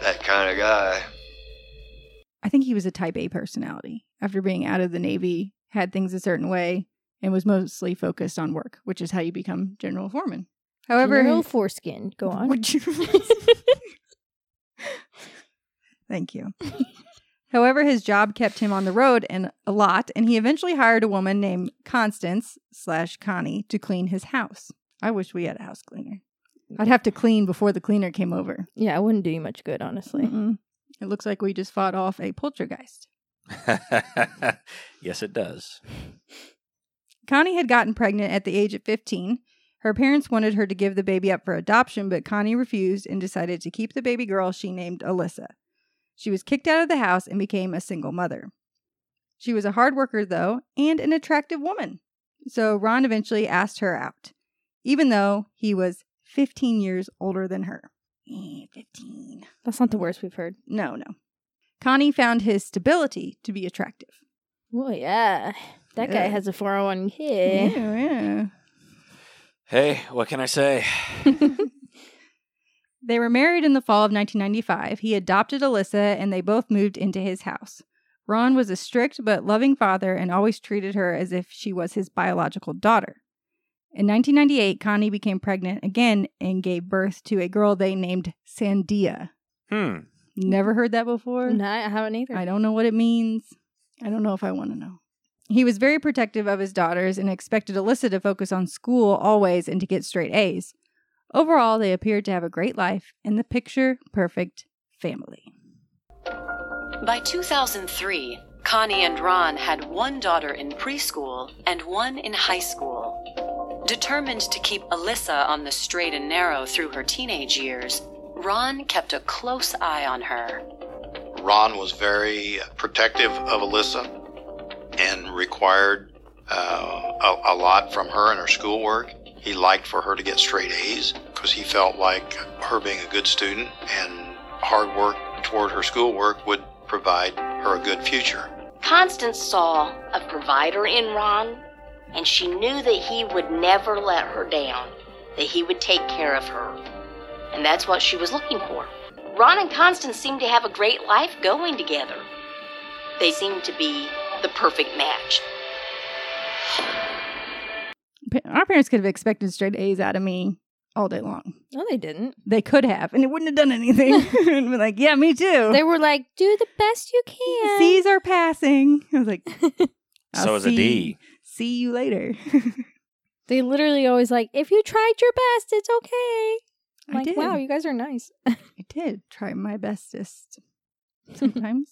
Speaker 9: that kind of guy.
Speaker 3: I think he was a type A personality. After being out of the Navy, had things a certain way, and was mostly focused on work, which is how you become general foreman. However,
Speaker 4: General foreskin. Go on.
Speaker 3: Would you- [LAUGHS] Thank you. However, his job kept him on the road and a lot, and he eventually hired a woman named Constance slash Connie to clean his house. I wish we had a house cleaner. I'd have to clean before the cleaner came over.
Speaker 4: yeah, it wouldn't do you much good, honestly.
Speaker 3: Mm-mm. It looks like we just fought off a poltergeist.
Speaker 5: yes, it does.
Speaker 3: Connie had gotten pregnant at the age of 15. Her parents wanted her to give the baby up for adoption, but Connie refused and decided to keep the baby girl she named Alyssa. She was kicked out of the house and became a single mother. She was a hard worker, though, and an attractive woman. So Ron eventually asked her out, even though he was 15 years older than her. eh, 15.
Speaker 4: That's not the worst we've heard.
Speaker 3: No, no. Connie found his stability to be attractive.
Speaker 4: Oh yeah, that guy
Speaker 3: Yeah.
Speaker 4: has a four hundred one k.
Speaker 3: yeah.
Speaker 5: Hey, what can I say?
Speaker 3: They were married in the fall of 1995. He adopted Alyssa and they both moved into his house. Ron was a strict but loving father and always treated her as if she was his biological daughter. In 1998, Connie became pregnant again and gave birth to a girl they named Sandia.
Speaker 5: Hmm.
Speaker 3: Never heard that before?
Speaker 4: No, I haven't either.
Speaker 3: I don't know what it means. I don't know if I want to know. He was very protective of his daughters and expected Alyssa to focus on school always and to get straight A's. Overall, they appeared to have a great life and the picture perfect family.
Speaker 6: By 2003, Connie and Ron had one daughter in preschool and one in high school. Determined to keep Alyssa on the straight and narrow through her teenage years, Ron kept a close eye on her.
Speaker 7: Ron was very protective of Alyssa and required uh, a, a lot from her and her schoolwork. He liked for her to get straight A's because he felt like her being a good student and hard work toward her schoolwork would provide her a good future.
Speaker 8: Constance saw a provider in Ron, and she knew that he would never let her down, that he would take care of her. And that's what she was looking for. Ron and Constance seemed to have a great life going together. They seemed to be the perfect match.
Speaker 3: Pa- Our parents could have expected straight A's out of me all day long.
Speaker 4: No, they didn't.
Speaker 3: They could have, and it wouldn't have done anything. [LAUGHS] and be like, yeah, me too.
Speaker 4: They were like, "Do the best you can."
Speaker 3: C's are passing. I was like, I'll
Speaker 5: so is a
Speaker 3: see-
Speaker 5: D.
Speaker 3: See you later. [LAUGHS]
Speaker 4: They literally always like, "If you tried your best, it's okay." I'm
Speaker 3: I
Speaker 4: like,
Speaker 3: did.
Speaker 4: wow, you guys are nice. [LAUGHS]
Speaker 3: I did try my bestest sometimes.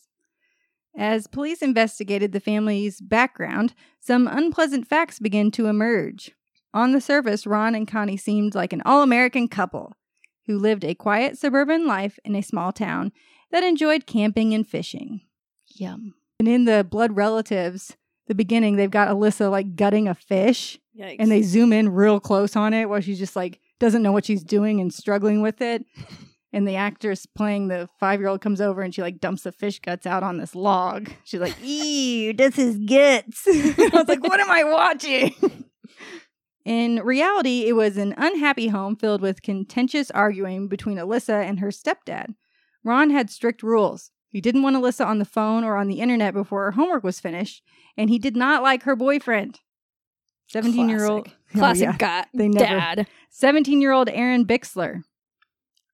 Speaker 3: As police investigated the family's background, some unpleasant facts began to emerge. On the surface, Ron and Connie seemed like an all American couple who lived a quiet suburban life in a small town that enjoyed camping and fishing. Yum. And in the blood relatives, the beginning, they've got Alyssa like gutting a fish
Speaker 4: Yikes.
Speaker 3: and they zoom in real close on it where she's just like doesn't know what she's doing and struggling with it and the actress playing the five-year-old comes over and she like dumps the fish guts out on this log she's like ew this is guts [LAUGHS] i was like what am i watching in reality it was an unhappy home filled with contentious arguing between alyssa and her stepdad ron had strict rules he didn't want alyssa on the phone or on the internet before her homework was finished and he did not like her boyfriend 17 year old
Speaker 4: Classic. classic
Speaker 3: yeah.
Speaker 4: guy,
Speaker 3: They never-
Speaker 4: dad.
Speaker 3: 17 year old Aaron Bixler.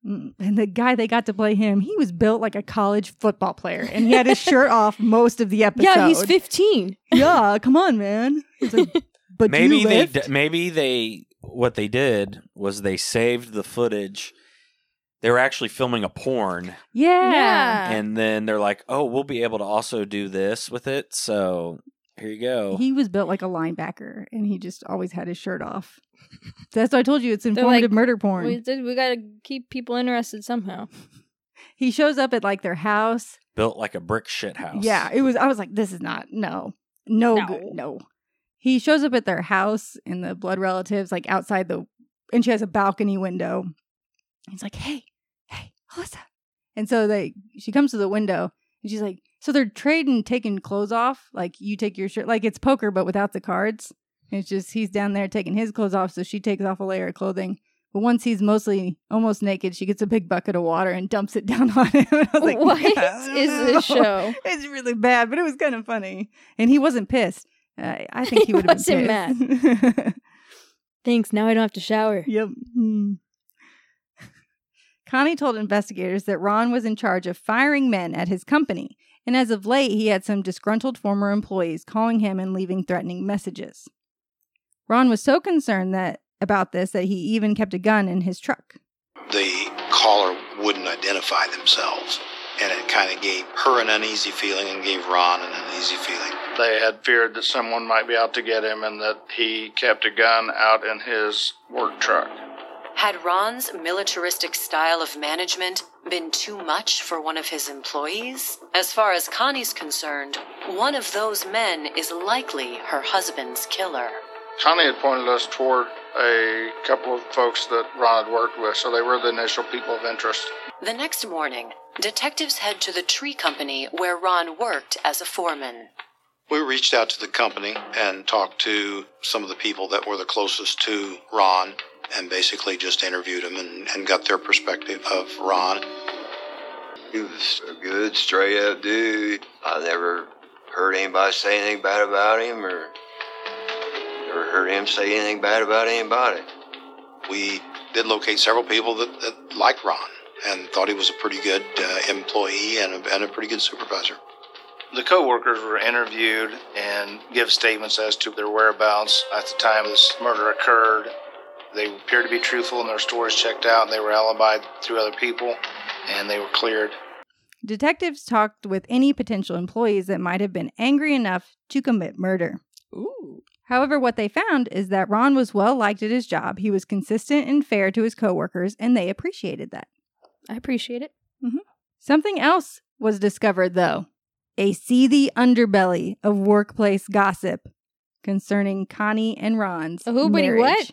Speaker 3: Mm, And the guy they got to play him, he was built like a college football player and he had
Speaker 4: [LAUGHS]
Speaker 3: his shirt off most of the episode.
Speaker 4: Yeah, he's fifteen.
Speaker 3: Yeah, come on, man. He's like, but do
Speaker 5: maybe
Speaker 3: you
Speaker 5: they
Speaker 3: lift?
Speaker 5: d- maybe they what they did was they saved the footage. They were actually filming a porn,
Speaker 3: Yeah.
Speaker 5: and then they're like, "Oh, we'll be able to also do this with it." So here you go.
Speaker 3: He was built like a linebacker and he just always had his shirt off. That's what I told you. It's
Speaker 4: like,
Speaker 3: informative murder porn.
Speaker 4: We did. We gotta keep people interested somehow.
Speaker 3: [LAUGHS] He shows up at like their house.
Speaker 5: Built like a brick shit house.
Speaker 3: Yeah, it was. I was like, this is not no, no,
Speaker 4: No.
Speaker 3: good, no. He shows up at their house and the blood relatives, like outside the, and she has a balcony window. He's like, hey, hey, Alyssa, and so they, she comes to the window and she's like, so they're trading, taking clothes off, like you take your shirt, like it's poker but without the cards. And it's just he's down there taking his clothes off, so she takes off a layer of clothing. But once he's mostly almost naked, she gets a big bucket of water and dumps it [LAUGHS] down on him. And [LAUGHS] I was like,
Speaker 4: What is
Speaker 3: "I don't
Speaker 4: this
Speaker 3: know."
Speaker 4: show?
Speaker 3: [LAUGHS] it's really bad, but it was kind of funny. And he wasn't pissed. Uh,
Speaker 4: [LAUGHS]
Speaker 3: I think he
Speaker 4: He
Speaker 3: would have been
Speaker 4: wasn't
Speaker 3: pissed. [LAUGHS]
Speaker 4: Thanks. Now I don't have to shower.
Speaker 3: yep. Hmm. Connie told investigators that Ron was in charge of firing men at his company, and as of late, he had some disgruntled former employees calling him and leaving threatening messages. Ron was so concerned that about this that he even kept a gun in his truck.
Speaker 7: the caller wouldn't identify themselves. And it kind of gave her an uneasy feeling and gave Ron an uneasy feeling. They had feared that someone might be out to get him and that he kept a gun out in his work truck.
Speaker 6: Had Ron's militaristic style of management been too much for one of his employees? As far as Connie's concerned, one of those men is likely her husband's killer.
Speaker 7: Connie had pointed us toward a couple of folks that Ron had worked with, so they were the initial people of interest.
Speaker 6: The next morning, detectives head to the tree company where Ron worked as a foreman.
Speaker 10: We reached out to the company and talked to some of the people that were the closest to Ron and basically just interviewed them and, and got their perspective of Ron.
Speaker 9: He was a good, straight up dude. I never heard anybody say anything bad about him or never heard him say anything bad about anybody.
Speaker 10: We did locate several people that, that liked Ron and thought he was a pretty good uh, employee and a, and a pretty good supervisor.
Speaker 7: The coworkers were interviewed and give statements as to their whereabouts at the time this murder occurred. They appeared to be truthful and their stories checked out. and They were alibied through other people and they were cleared.
Speaker 3: Detectives talked with any potential employees that might have been angry enough to commit murder.
Speaker 4: Ooh.
Speaker 3: However, what they found is that Ron was well liked at his job. He was consistent and fair to his coworkers, and they appreciated that.
Speaker 4: I appreciate it.
Speaker 3: Mm-hmm. Something else was discovered, though a seethy underbelly of workplace gossip concerning Connie and Ron's.
Speaker 4: A who, buddy, what?
Speaker 3: marriage.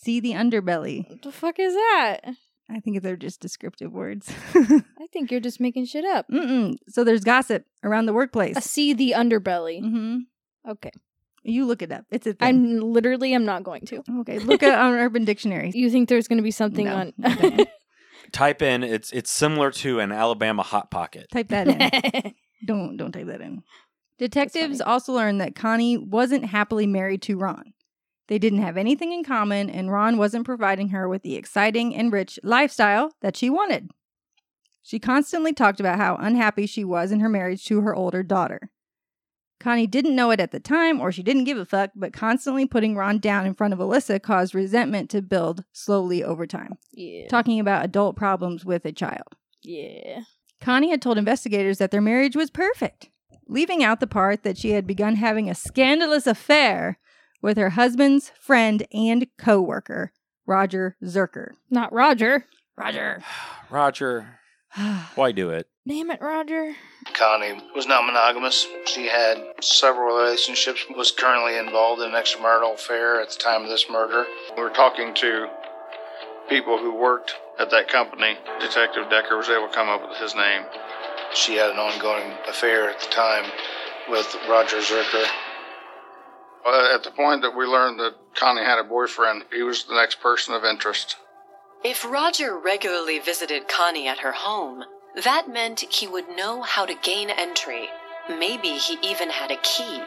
Speaker 3: Seethy underbelly.
Speaker 4: What the fuck is that?
Speaker 3: I think they're just descriptive words.
Speaker 4: I think you're just making shit up.
Speaker 3: Mm-mm. So there's gossip around the
Speaker 4: I
Speaker 3: workplace.
Speaker 4: see the underbelly.
Speaker 3: Mm-hmm.
Speaker 4: Okay.
Speaker 3: You look it up. It's a thing.
Speaker 4: I'm literally I'm not going to.
Speaker 3: okay, look it on Urban Dictionary.
Speaker 4: [LAUGHS] You think there's going to be something
Speaker 3: No,
Speaker 4: on
Speaker 3: I don't.
Speaker 5: Type in it's it's similar to an Alabama hot pocket.
Speaker 3: [LAUGHS] Type that in. [LAUGHS] don't don't type that in. Detectives also learned that Connie wasn't happily married to Ron. They didn't have anything in common, and Ron wasn't providing her with the exciting and rich lifestyle that she wanted. She constantly talked about how unhappy she was in her marriage to her older daughter. Connie didn't know it at the time, or she didn't give a fuck, but constantly putting Ron down in front of Alyssa caused resentment to build slowly over time,
Speaker 4: [LAUGHS] yeah.
Speaker 3: talking about adult problems with a child.
Speaker 4: Yeah.
Speaker 3: Connie had told investigators that their marriage was perfect, leaving out the part that she had begun having a scandalous affair with her husband's friend and coworker, Roger Zerker.
Speaker 4: Not Roger.
Speaker 3: Roger.
Speaker 5: [SIGHS]
Speaker 3: [SIGHS]
Speaker 5: Roger, why do it?
Speaker 4: Damn it, Roger.
Speaker 7: Connie was not monogamous. She had several relationships, was currently involved in an extramarital affair at the time of this murder. We were talking to people who worked at that company. Detective Decker was able to come up with his name. She had an ongoing affair at the time with Roger Zerker. Uh, At the point that we learned that Connie had a boyfriend, he was the next person of interest.
Speaker 6: If Roger regularly visited Connie at her home, that meant he would know how to gain entry. Maybe he even had a key.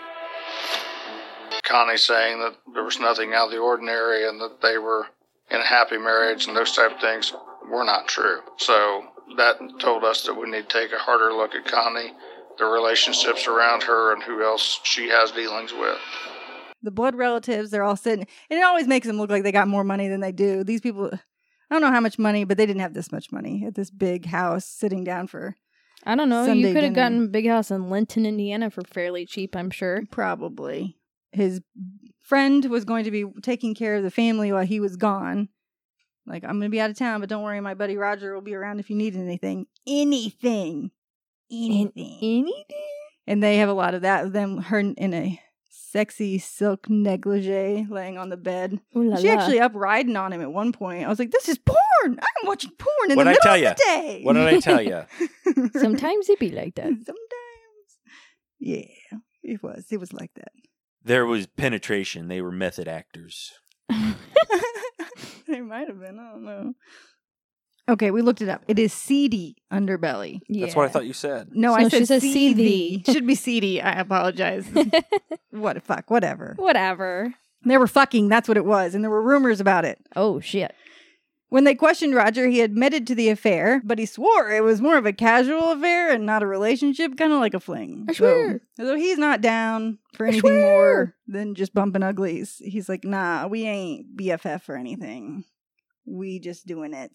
Speaker 7: Connie saying that there was nothing out of the ordinary and that they were in a happy marriage and those type of things were not true. So that told us that we need to take a harder look at Connie, the relationships around her, and who else she has dealings with.
Speaker 3: The blood relatives, they're all sitting, and it always makes them look like they got more money than they do. These people, I don't know how much money, but they didn't have this much money at this big house sitting down for
Speaker 4: I don't know.
Speaker 3: Sunday
Speaker 4: you could
Speaker 3: dinner.
Speaker 4: have gotten a big house in Linton, Indiana for fairly cheap, I'm sure.
Speaker 3: probably his friend was going to be taking care of the family while he was gone. Like, I'm going to be out of town, but don't worry, my buddy Roger will be around if you need anything. Anything. Anything.
Speaker 4: Anything?
Speaker 3: and they have a lot of that of them, her in a sexy silk negligee laying on the bed.
Speaker 4: Ooh la
Speaker 3: she
Speaker 4: la.
Speaker 3: actually up riding on him at one point. I was like, this is porn. I'm watching porn in
Speaker 5: What'd
Speaker 3: the
Speaker 5: I
Speaker 3: middle of the day.
Speaker 5: What did I tell
Speaker 3: [LAUGHS]
Speaker 5: you?
Speaker 4: Sometimes it be like that.
Speaker 3: Sometimes. Yeah, it was. It was like that. [LAUGHS]
Speaker 5: There was penetration. They were method actors.
Speaker 3: they might have been. I don't know. Okay, we looked it up. It is seedy underbelly.
Speaker 4: Yeah.
Speaker 5: That's what I thought you said. [LAUGHS]
Speaker 3: No, I
Speaker 4: No,
Speaker 3: said
Speaker 4: she says
Speaker 3: seedy.
Speaker 4: seedy.
Speaker 3: [LAUGHS] Should be seedy. I apologize.
Speaker 4: [LAUGHS]
Speaker 3: what a fuck. Whatever.
Speaker 4: Whatever.
Speaker 3: They were fucking. That's what it was, and there were rumors about it.
Speaker 4: Oh shit.
Speaker 3: When they questioned Roger, he admitted to the affair, but he swore it was more of a casual affair and not a relationship, kind of like a fling.
Speaker 4: I swear.
Speaker 3: So, although he's not down for
Speaker 4: I
Speaker 3: anything
Speaker 4: swear.
Speaker 3: more than just bumping uglies. He's like, nah, we ain't BFF or anything. We just doing it.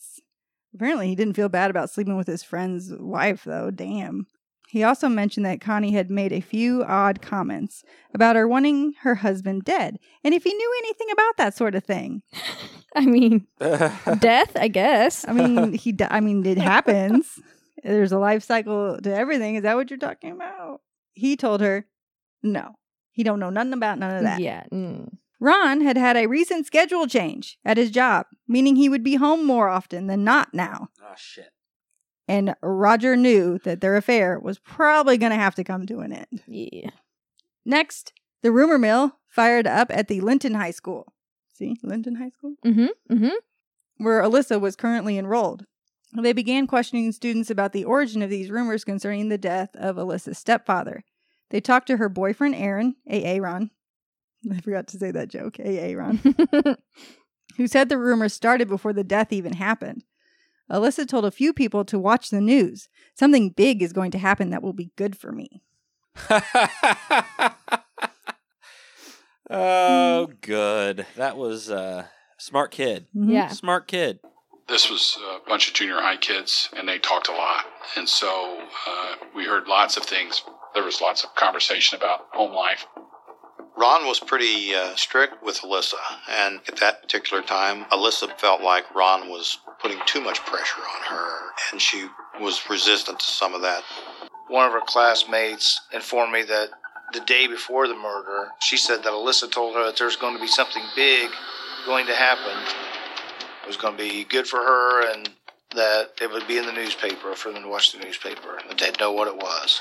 Speaker 3: Apparently, he didn't feel bad about sleeping with his friend's wife, though. Damn. He also mentioned that Connie had made a few odd comments about her wanting her husband dead, and if he knew anything about that sort of thing.
Speaker 4: [LAUGHS] I mean,
Speaker 5: That's
Speaker 4: death, I guess. [LAUGHS]
Speaker 3: I mean, he. di- I mean, it happens. There's a life cycle to everything. Is that what you're talking about? He told her, no, he don't know nothing about none of that.
Speaker 4: Yeah. mm.
Speaker 3: Ron had had a recent schedule change at his job, meaning he would be home more often than not now.
Speaker 5: Oh shit.
Speaker 3: And Roger knew that their affair was probably going to have to come to an end.
Speaker 4: Yeah.
Speaker 3: Next, the rumor mill fired up at the Linton High School. See, Linton High School?
Speaker 4: Mm-hmm. Mm-hmm.
Speaker 3: where Alyssa was currently enrolled. They began questioning students about the origin of these rumors concerning the death of Alyssa's stepfather. They talked to her boyfriend, Aaron, A.A. Ron. [LAUGHS] I forgot to say that joke, A.A.
Speaker 4: [LAUGHS]
Speaker 3: Ron, who said the rumors started before the death even happened. Alyssa told a few people to watch the news. Something big is going to happen that will be good for me.
Speaker 5: oh,
Speaker 3: Mm.
Speaker 5: good. That was uh, smart kid.
Speaker 4: Yeah.
Speaker 5: Smart kid.
Speaker 11: This was a bunch of junior high kids, and they talked a lot. And so uh, we heard lots of things. There was lots of conversation about home life.
Speaker 10: Ron was pretty uh, strict with Alyssa, and at that particular time, Alyssa felt like Ron was putting too much pressure on her, and she was resistant to some of that.
Speaker 7: One of her classmates informed me that the day before the murder, she said that Alyssa told her that there's going to be something big going to happen. It was going to be good for her and that it would be in the newspaper for them to watch the newspaper and they'd know what it was.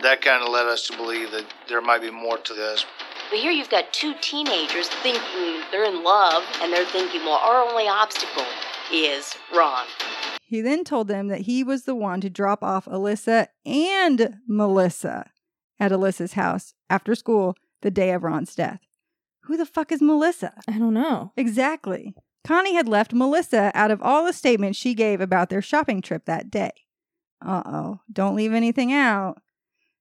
Speaker 7: That kind of led us to believe that there might be more to this.
Speaker 8: But here you've got two teenagers thinking they're in love, and they're thinking, well, our only obstacle is Ron.
Speaker 3: He then told them that he was the one to drop off Alyssa and Melissa at Alyssa's house after school the day of Ron's death. Who the fuck is Melissa?
Speaker 4: I don't know.
Speaker 3: Exactly. Connie had left Melissa out of all the statements she gave about their shopping trip that day. Uh oh, don't leave anything out.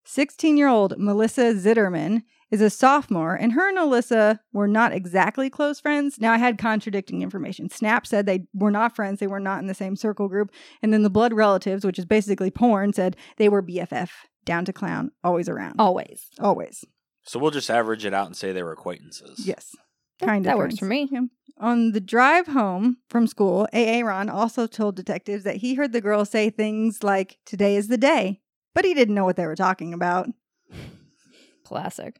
Speaker 3: 16 year old Melissa Zitterman is a sophomore, and her and Alyssa were not exactly close friends. Now, I had contradicting information. Snap said they were not friends, they were not in the same circle group. And then the blood relatives, which is basically porn, said they were BFF, down to clown, always around.
Speaker 4: Always.
Speaker 3: Always.
Speaker 5: So we'll just average it out and say they were acquaintances.
Speaker 3: Yes. Kind of.
Speaker 4: that works for me.
Speaker 3: Yeah. On the drive home from school, A.A. Ron also told detectives that he heard the girl say things like, Today is the day, but he didn't know what they were talking about.
Speaker 4: [LAUGHS]
Speaker 3: Mm-hmm.
Speaker 4: Classic.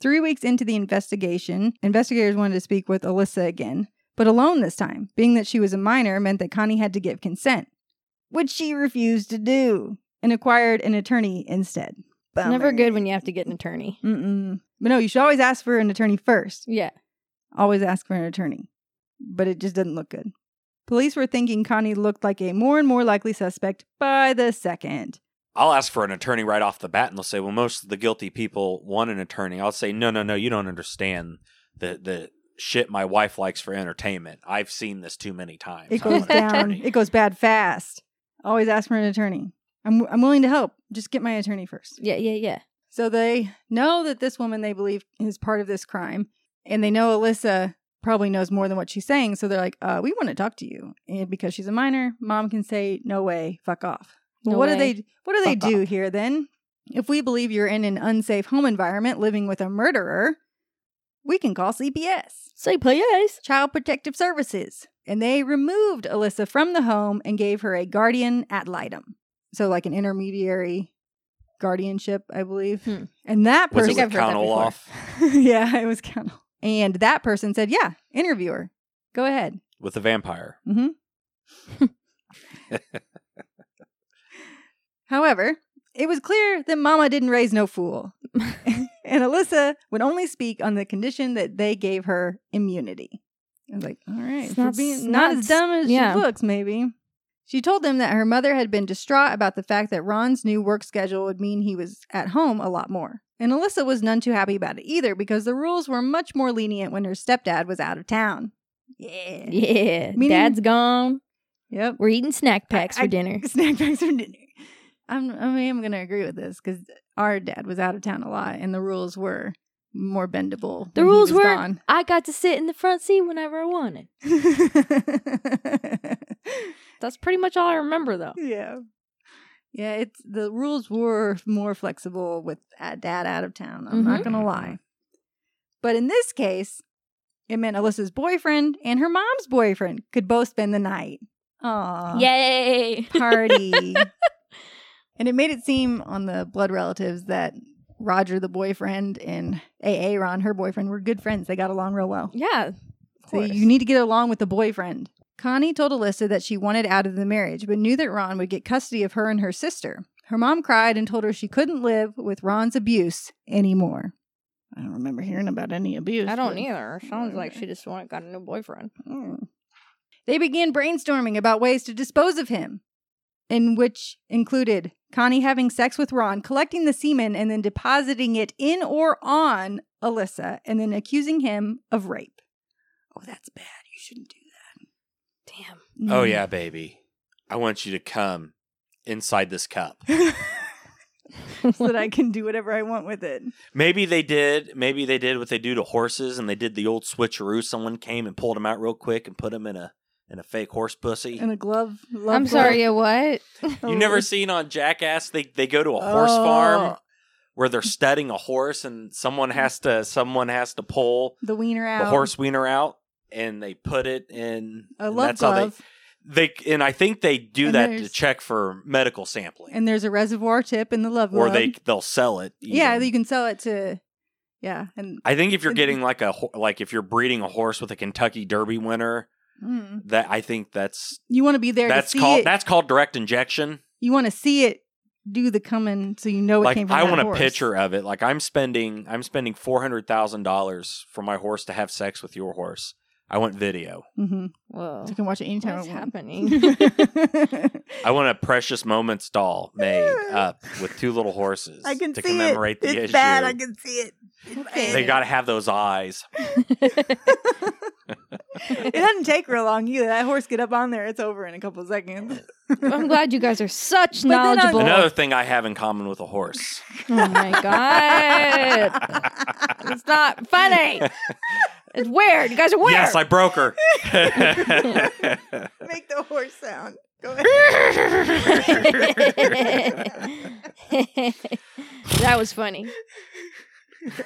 Speaker 3: Three weeks into the investigation, investigators wanted to speak with Alyssa again, but alone this time, being that she was a minor meant that Connie had to give consent, which she refused to do and acquired an attorney instead.
Speaker 4: It's never good when you have to get an attorney.
Speaker 3: Mm-mm. But no, you should always ask for an attorney first.
Speaker 4: Yeah.
Speaker 3: Always ask for an attorney. But it just doesn't look good. Police were thinking Connie looked like a more and more likely suspect by the second.
Speaker 5: I'll ask for an attorney right off the bat, and they'll say, "Well, most of the guilty people want an attorney." I'll say, "No, no, no, you don't understand the the shit my wife likes for entertainment. I've seen this too many times.
Speaker 3: It
Speaker 5: I want
Speaker 3: goes
Speaker 5: an [LAUGHS]
Speaker 3: down.
Speaker 5: attorney."
Speaker 3: It goes bad fast. Always ask for an attorney. I'm I'm willing to help. Just get my attorney first.
Speaker 4: Yeah, yeah, yeah.
Speaker 3: So they know that this woman they believe is part of this crime, and they know Alyssa probably knows more than what she's saying. So they're like, uh, "We want to talk to you," and because she's a minor, mom can say, "No way, fuck off." Well,
Speaker 4: No
Speaker 3: what do
Speaker 4: way.
Speaker 3: they What do they
Speaker 4: Fuck
Speaker 3: do
Speaker 4: off.
Speaker 3: here then? If we believe you're in an unsafe home environment living with a murderer, we can call CPS.
Speaker 4: Say please.
Speaker 3: Child Protective Services. And they removed Alyssa from the home and gave her a guardian ad litem. So, like an intermediary guardianship, I believe.
Speaker 4: Hmm.
Speaker 3: And that
Speaker 5: Was
Speaker 4: I
Speaker 5: it
Speaker 3: person,
Speaker 4: think
Speaker 5: with
Speaker 4: I've heard that
Speaker 5: Count
Speaker 4: before.
Speaker 5: Olaf?
Speaker 3: [LAUGHS] yeah, it was kind of. And that person said, yeah, interviewer, go ahead.
Speaker 5: With the vampire? [LAUGHS] Oh,
Speaker 3: hmm However, it was clear that Mama didn't raise
Speaker 4: [LAUGHS]
Speaker 3: no fool. and Alyssa would only speak on the condition that they gave her immunity. I was like, all right,
Speaker 4: It's
Speaker 3: for
Speaker 4: not
Speaker 3: being
Speaker 4: s-
Speaker 3: not
Speaker 4: not
Speaker 3: as dumb as
Speaker 4: yeah.
Speaker 3: she looks, maybe. She told them that her mother had been distraught about the fact that Ron's new work schedule would mean he was at home a lot more. And Alyssa was none too happy about it either because the rules were much more lenient when her stepdad was out of town. Yeah.
Speaker 4: Yeah.
Speaker 3: Meaning-
Speaker 4: Dad's gone.
Speaker 3: Yep.
Speaker 4: We're eating snack packs
Speaker 3: I-
Speaker 4: for dinner.
Speaker 3: [LAUGHS] Snack packs for dinner. I'm, I mean, I'm going to agree with this because our dad was out of town a lot and the rules were more bendable.
Speaker 4: The
Speaker 3: when he
Speaker 4: rules
Speaker 3: was
Speaker 4: were
Speaker 3: gone.
Speaker 4: I got to sit in the front seat whenever I
Speaker 3: [LAUGHS]
Speaker 4: wanted.
Speaker 3: yeah.
Speaker 4: That's pretty much all I remember though.
Speaker 3: Yeah, it's the rules were more flexible with uh, dad out of town. I'm not
Speaker 4: Mhm.
Speaker 3: going to lie. But in this case, it meant Alyssa's boyfriend and her mom's boyfriend could both spend the night. Aw.
Speaker 4: Yay. [LAUGHS]
Speaker 3: [LAUGHS] Party. and it made it seem on the blood relatives that Roger, the boyfriend, and AA Ron, her boyfriend, were good friends. They got along real well.
Speaker 4: Yeah. Of
Speaker 3: So
Speaker 4: course.
Speaker 3: you need to get along with the boyfriend. Connie told Alyssa that she wanted out of the marriage, but knew that Ron would get custody of her and her sister. Her mom cried and told her she couldn't live with Ron's abuse anymore. I don't remember hearing about any abuse.
Speaker 4: I don't
Speaker 3: but-
Speaker 4: either. Sounds like she just went, got a new boyfriend.
Speaker 3: Mm. They began brainstorming about ways to dispose of him, in which included Connie having sex with Ron, collecting the semen, and then depositing it in or on Alyssa, and then accusing him of rape. Oh, that's bad. You shouldn't do
Speaker 4: Damn.
Speaker 3: that.
Speaker 5: Oh
Speaker 3: Mm.
Speaker 5: yeah, baby. I want you to come inside this cup.
Speaker 3: so that I can do whatever I want with it.
Speaker 5: Maybe they did. Maybe they did what they do to horses, and they did the old switcheroo. Someone came and pulled him out real quick and put him in a in a fake horse pussy.
Speaker 3: And a glove. love
Speaker 4: I'm
Speaker 3: glove.
Speaker 4: sorry, yeah, what?
Speaker 5: You
Speaker 3: [LAUGHS]
Speaker 5: never seen on Jackass? They they go to a horse
Speaker 3: Oh.
Speaker 5: farm where they're studying a horse, and someone has to someone has to pull
Speaker 3: the wiener Mm. out.
Speaker 5: the horse wiener out, and they put it in.
Speaker 3: A
Speaker 5: and
Speaker 3: love
Speaker 5: that's
Speaker 3: glove.
Speaker 5: how they they and I think they do
Speaker 3: And
Speaker 5: that to
Speaker 3: there's-
Speaker 5: check for medical sampling,
Speaker 3: and there's a reservoir tip in the love glove.
Speaker 5: or they they'll sell it.
Speaker 3: Yeah,
Speaker 5: even.
Speaker 3: you can sell it to. Yeah, and
Speaker 5: I think if you're getting like a ho- like if you're breeding a horse with a Kentucky Derby winner,
Speaker 3: mm,
Speaker 5: that I think that's
Speaker 3: you want to be there.
Speaker 5: that's
Speaker 3: to see
Speaker 5: called
Speaker 3: it.
Speaker 5: that's called direct injection.
Speaker 3: you want to see it do the coming so you know Oh, it
Speaker 5: like
Speaker 3: came from
Speaker 5: I
Speaker 3: that
Speaker 5: want a
Speaker 3: horse.
Speaker 5: picture of it. Like I'm spending I'm spending four hundred thousand dollars for my horse to have sex with your horse. I want video.
Speaker 3: hmm
Speaker 4: Whoa.
Speaker 3: So you can watch it anytime.
Speaker 4: What's
Speaker 3: I want.
Speaker 4: happening? [LAUGHS]
Speaker 5: I want a precious moments doll
Speaker 3: [LAUGHS]
Speaker 5: made up with two little horses
Speaker 3: I can
Speaker 5: to
Speaker 3: see
Speaker 5: commemorate
Speaker 3: it.
Speaker 5: the
Speaker 3: it's
Speaker 5: issue.
Speaker 3: bad. I can see it. It's bad.
Speaker 5: they got to have those eyes.
Speaker 3: [LAUGHS] uh, it doesn't take real long either. That horse get up on there, it's over in a couple seconds.
Speaker 4: I'm glad you guys are such
Speaker 3: [LAUGHS] But then on-
Speaker 4: knowledgeable.
Speaker 5: Another thing I have in common with a
Speaker 3: [LAUGHS]
Speaker 5: horse.
Speaker 4: Oh my god. It's not funny. It's weird. You guys are weird.
Speaker 5: Yes, I broke
Speaker 4: [LAUGHS]
Speaker 5: her.
Speaker 3: [LAUGHS] Make the horse
Speaker 5: [LAUGHS]
Speaker 3: sound. Go ahead.
Speaker 4: [LAUGHS] that was funny.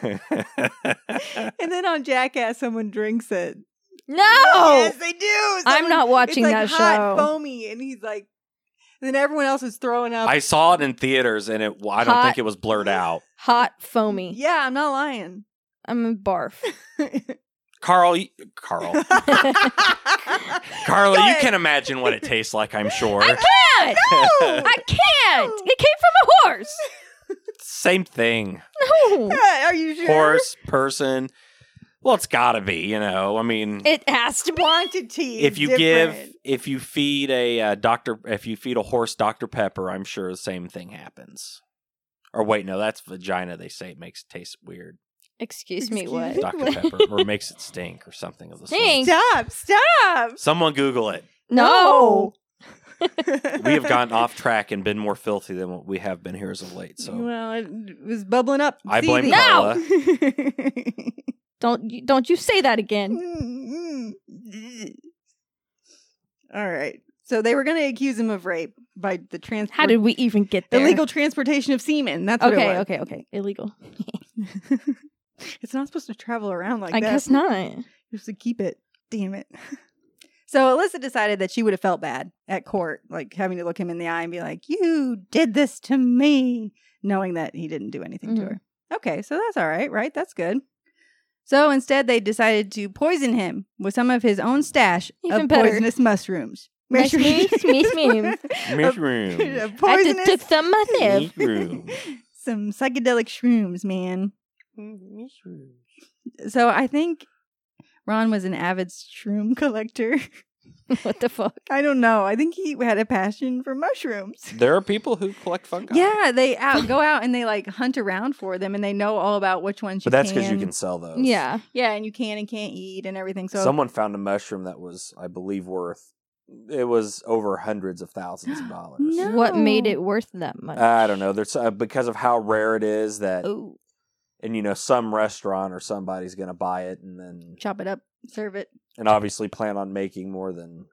Speaker 3: And then on Jackass, someone drinks it.
Speaker 4: No.
Speaker 3: Yes, they do.
Speaker 4: I'm not watching
Speaker 3: it's like
Speaker 4: that show.
Speaker 3: hot, Foamy, and he's like, and then everyone else is throwing up.
Speaker 5: I saw it in theaters, and it. I don't
Speaker 4: Hot.
Speaker 5: think it was blurred out.
Speaker 4: Hot foamy.
Speaker 3: yeah, I'm not lying.
Speaker 4: I'm a
Speaker 3: [LAUGHS]
Speaker 4: barf.
Speaker 5: Carl, you,
Speaker 4: [LAUGHS]
Speaker 5: Carl, Carla, you can imagine what it tastes like. I'm sure.
Speaker 4: Can't! I can't. It came from a horse.
Speaker 5: Same thing.
Speaker 4: No.
Speaker 3: Yeah, Are you sure?
Speaker 5: Horse, person. Well, it's got to be. You know. I mean,
Speaker 4: It has to be.
Speaker 3: Quantity. is
Speaker 5: if you give,
Speaker 3: different.
Speaker 5: if you feed a uh, doctor, if you feed a horse Dr Pepper, I'm sure the same thing happens. Or wait, no, that's vagina. They say it makes it taste weird.
Speaker 4: Excuse me, what?
Speaker 3: Excuse me.
Speaker 5: Dr Pepper, or makes it stink, or something of the sort.
Speaker 4: Stink?
Speaker 3: stop, stop.
Speaker 5: Someone Google it.
Speaker 4: No.
Speaker 5: We have gotten off track and been more filthy than what we have been here as of late. So
Speaker 3: Well, it was bubbling up.
Speaker 5: I blame
Speaker 3: Seething.
Speaker 5: Carla.
Speaker 4: [LAUGHS] Don't you- don't you say that again.
Speaker 3: Mm, All right. So they were going to accuse him of rape by the transport.
Speaker 4: How did we even get there?
Speaker 3: illegal transportation of semen? That's what it
Speaker 4: Okay,
Speaker 3: was.
Speaker 4: okay, okay. Illegal.
Speaker 3: it's not supposed to travel around like
Speaker 4: I
Speaker 3: that.
Speaker 4: guess not.
Speaker 3: You're supposed to keep it. Damn it. So Alyssa decided that she would have felt bad at court, like having to look him in the eye and be like, "You did this to me," knowing that he didn't do anything to
Speaker 4: Mhm.
Speaker 3: her. Okay, so that's all right, right? That's good. So instead, they decided to poison him with some of his own stash
Speaker 4: Even
Speaker 3: of
Speaker 4: better.
Speaker 3: poisonous mushrooms.
Speaker 4: Mushrooms,
Speaker 3: [LAUGHS]
Speaker 4: mushrooms.
Speaker 5: Mushroom.
Speaker 4: I
Speaker 3: Of
Speaker 4: had to
Speaker 3: poisonous
Speaker 4: took some myself.
Speaker 5: Mushroom.
Speaker 3: some psychedelic shrooms, man. So I think Ron was an avid shroom [LAUGHS] collector.
Speaker 4: [LAUGHS] what the fuck?
Speaker 3: I don't know. I think he had a passion for mushrooms.
Speaker 5: There are people who collect fungi.
Speaker 3: Yeah,
Speaker 4: [LAUGHS]
Speaker 3: they out go out and they like hunt around for them, and they know all about which ones. You
Speaker 5: But that's
Speaker 3: because
Speaker 5: because you can sell those.
Speaker 4: Yeah.
Speaker 3: Yeah, and you can and can't eat and everything. So
Speaker 5: Someone found a mushroom that was, I believe, worth it was over hundreds of thousands of dollars.
Speaker 3: No.
Speaker 4: [LAUGHS] What made it worth that much?
Speaker 5: I don't know. There's uh, because of how rare it is that,
Speaker 4: Oh.
Speaker 5: and you know, some restaurant or somebody's going to buy it, and then
Speaker 3: chop it up, serve it.
Speaker 5: and obviously plan on making more than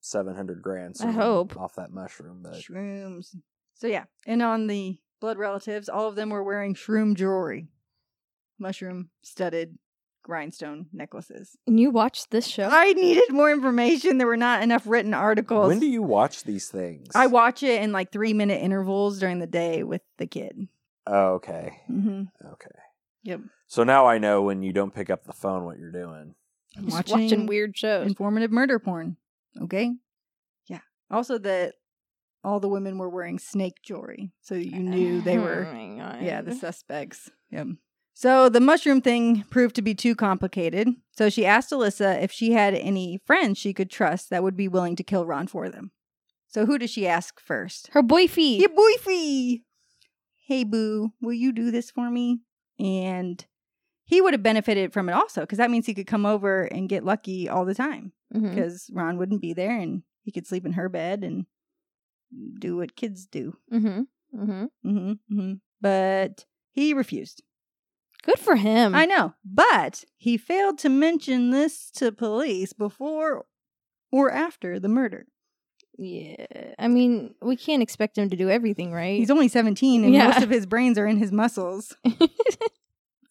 Speaker 5: seven hundred grand.
Speaker 4: I hope.
Speaker 5: off that mushroom, but
Speaker 3: Shrooms. So yeah, and on the blood relatives, all of them were wearing shroom jewelry, mushroom studded grindstone necklaces.
Speaker 4: And you watched this show?
Speaker 3: I needed more information. There were not enough written articles.
Speaker 5: when do you watch these things?
Speaker 3: I watch it in like three minute intervals during the day with the kid.
Speaker 5: Oh, okay.
Speaker 3: Mm-hmm.
Speaker 5: Okay.
Speaker 3: Yep.
Speaker 5: So now I know when you don't pick up the phone what you're doing.
Speaker 3: I'm
Speaker 4: Just watching, weird shows.
Speaker 3: informative murder porn. Okay. Yeah. Also that all the women were wearing snake jewelry, so you knew they
Speaker 4: [LAUGHS] Oh
Speaker 3: were
Speaker 4: my God.
Speaker 3: yeah, the suspects. Yep. So the mushroom thing proved to be too complicated. So she asked Alyssa if she had any friends she could trust that would be willing to kill Ron for them. So who does she ask first?
Speaker 4: her boyfie.
Speaker 3: Your boyfie. Hey boo, will you do this for me? And he would have benefited from it also because that means he could come over and get lucky all the time
Speaker 4: Mhm.
Speaker 3: because Ron wouldn't be there and he could sleep in her bed and do what kids do.
Speaker 4: Mhm. Mhm.
Speaker 3: hmm hmm But he refused.
Speaker 4: Good for him.
Speaker 3: I know, but he failed to mention this to police before or after the murder.
Speaker 4: Yeah. I mean, we can't expect him to do everything, right?
Speaker 3: He's only 17 and
Speaker 4: Yeah.
Speaker 3: most of his brains are in his muscles.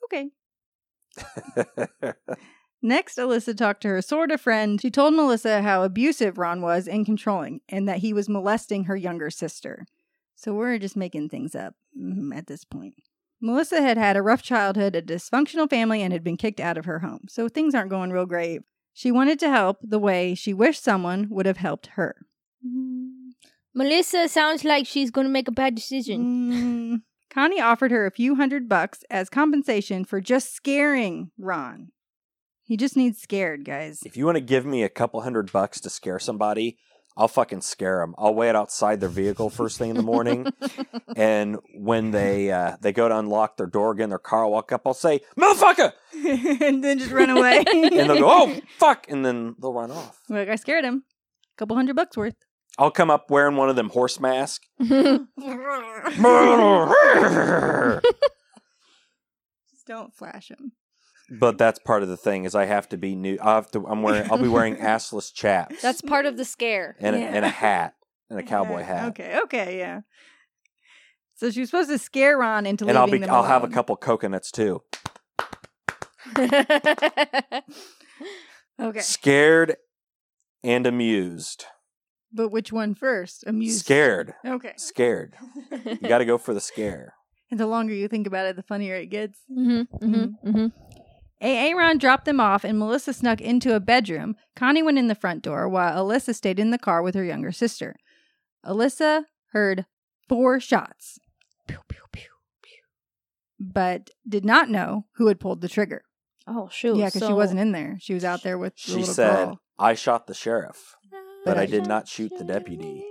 Speaker 3: Okay. Next, Alyssa talked to her sorta friend. She told Melissa how abusive Ron was and controlling, and that he was molesting her younger sister. So we're just making things up mm, at this point. Melissa had had a rough childhood, a dysfunctional family, and had been kicked out of her home. So things aren't going real great. She wanted to help the way she wished someone would have helped her.
Speaker 4: Melissa sounds like she's going to make a bad decision.
Speaker 3: Mm. Connie offered her a few hundred bucks as compensation for just scaring Ron. He just needs scared, guys.
Speaker 5: [LAUGHS] if you want to give me a couple hundred bucks to scare somebody, I'll fucking scare them. I'll wait outside their vehicle first thing in the morning,
Speaker 3: [LAUGHS]
Speaker 5: and when they uh, they go to unlock their door again, their car will walk up. I'll say, "Motherfucker!"
Speaker 3: [LAUGHS] and then just run away.
Speaker 5: [LAUGHS] and they'll go, "Oh fuck!" and then they'll run off.
Speaker 3: [LAUGHS] Like, I scared him. A couple hundred bucks
Speaker 5: [LAUGHS]
Speaker 4: [LAUGHS]
Speaker 3: worth.
Speaker 5: I'll come up wearing one of them horse
Speaker 3: [LAUGHS]
Speaker 5: masks.
Speaker 3: Just don't flash him.
Speaker 5: But that's part of the thing is I have to be new. I have to. I'm wearing. I'll be wearing assless chaps
Speaker 4: That's part of the scare.
Speaker 5: and a,
Speaker 3: yeah.
Speaker 5: and a hat and a [LAUGHS] cowboy
Speaker 3: Uh,
Speaker 5: hat.
Speaker 3: Okay, okay, yeah. So she was supposed to scare Ron into
Speaker 5: And I'll
Speaker 3: leaving
Speaker 5: be.
Speaker 3: them
Speaker 5: I'll have a
Speaker 3: alone.
Speaker 5: couple coconuts too.
Speaker 3: [LAUGHS] Okay,
Speaker 5: Scared and amused.
Speaker 3: but which one first? Amused.
Speaker 5: Scared.
Speaker 3: Okay.
Speaker 5: Scared. You got to go for the scare.
Speaker 3: And the longer you think about it, the funnier it gets.
Speaker 4: hmm hmm
Speaker 3: mm-hmm,
Speaker 4: hmm
Speaker 3: Aaron dropped them off, and Melissa snuck into a bedroom. Connie went in the front door while Alyssa stayed in the car with her younger sister. Alyssa heard four shots, pew, pew, pew, pew, but did not know who had pulled the trigger.
Speaker 4: Oh, shoot.
Speaker 3: yeah, because she
Speaker 4: so-
Speaker 3: wasn't in there. She was out there with [LAUGHS] the
Speaker 5: She
Speaker 3: little
Speaker 5: said,
Speaker 3: girl.
Speaker 5: "I shot the sheriff."
Speaker 3: But I
Speaker 5: did not shoot the deputy.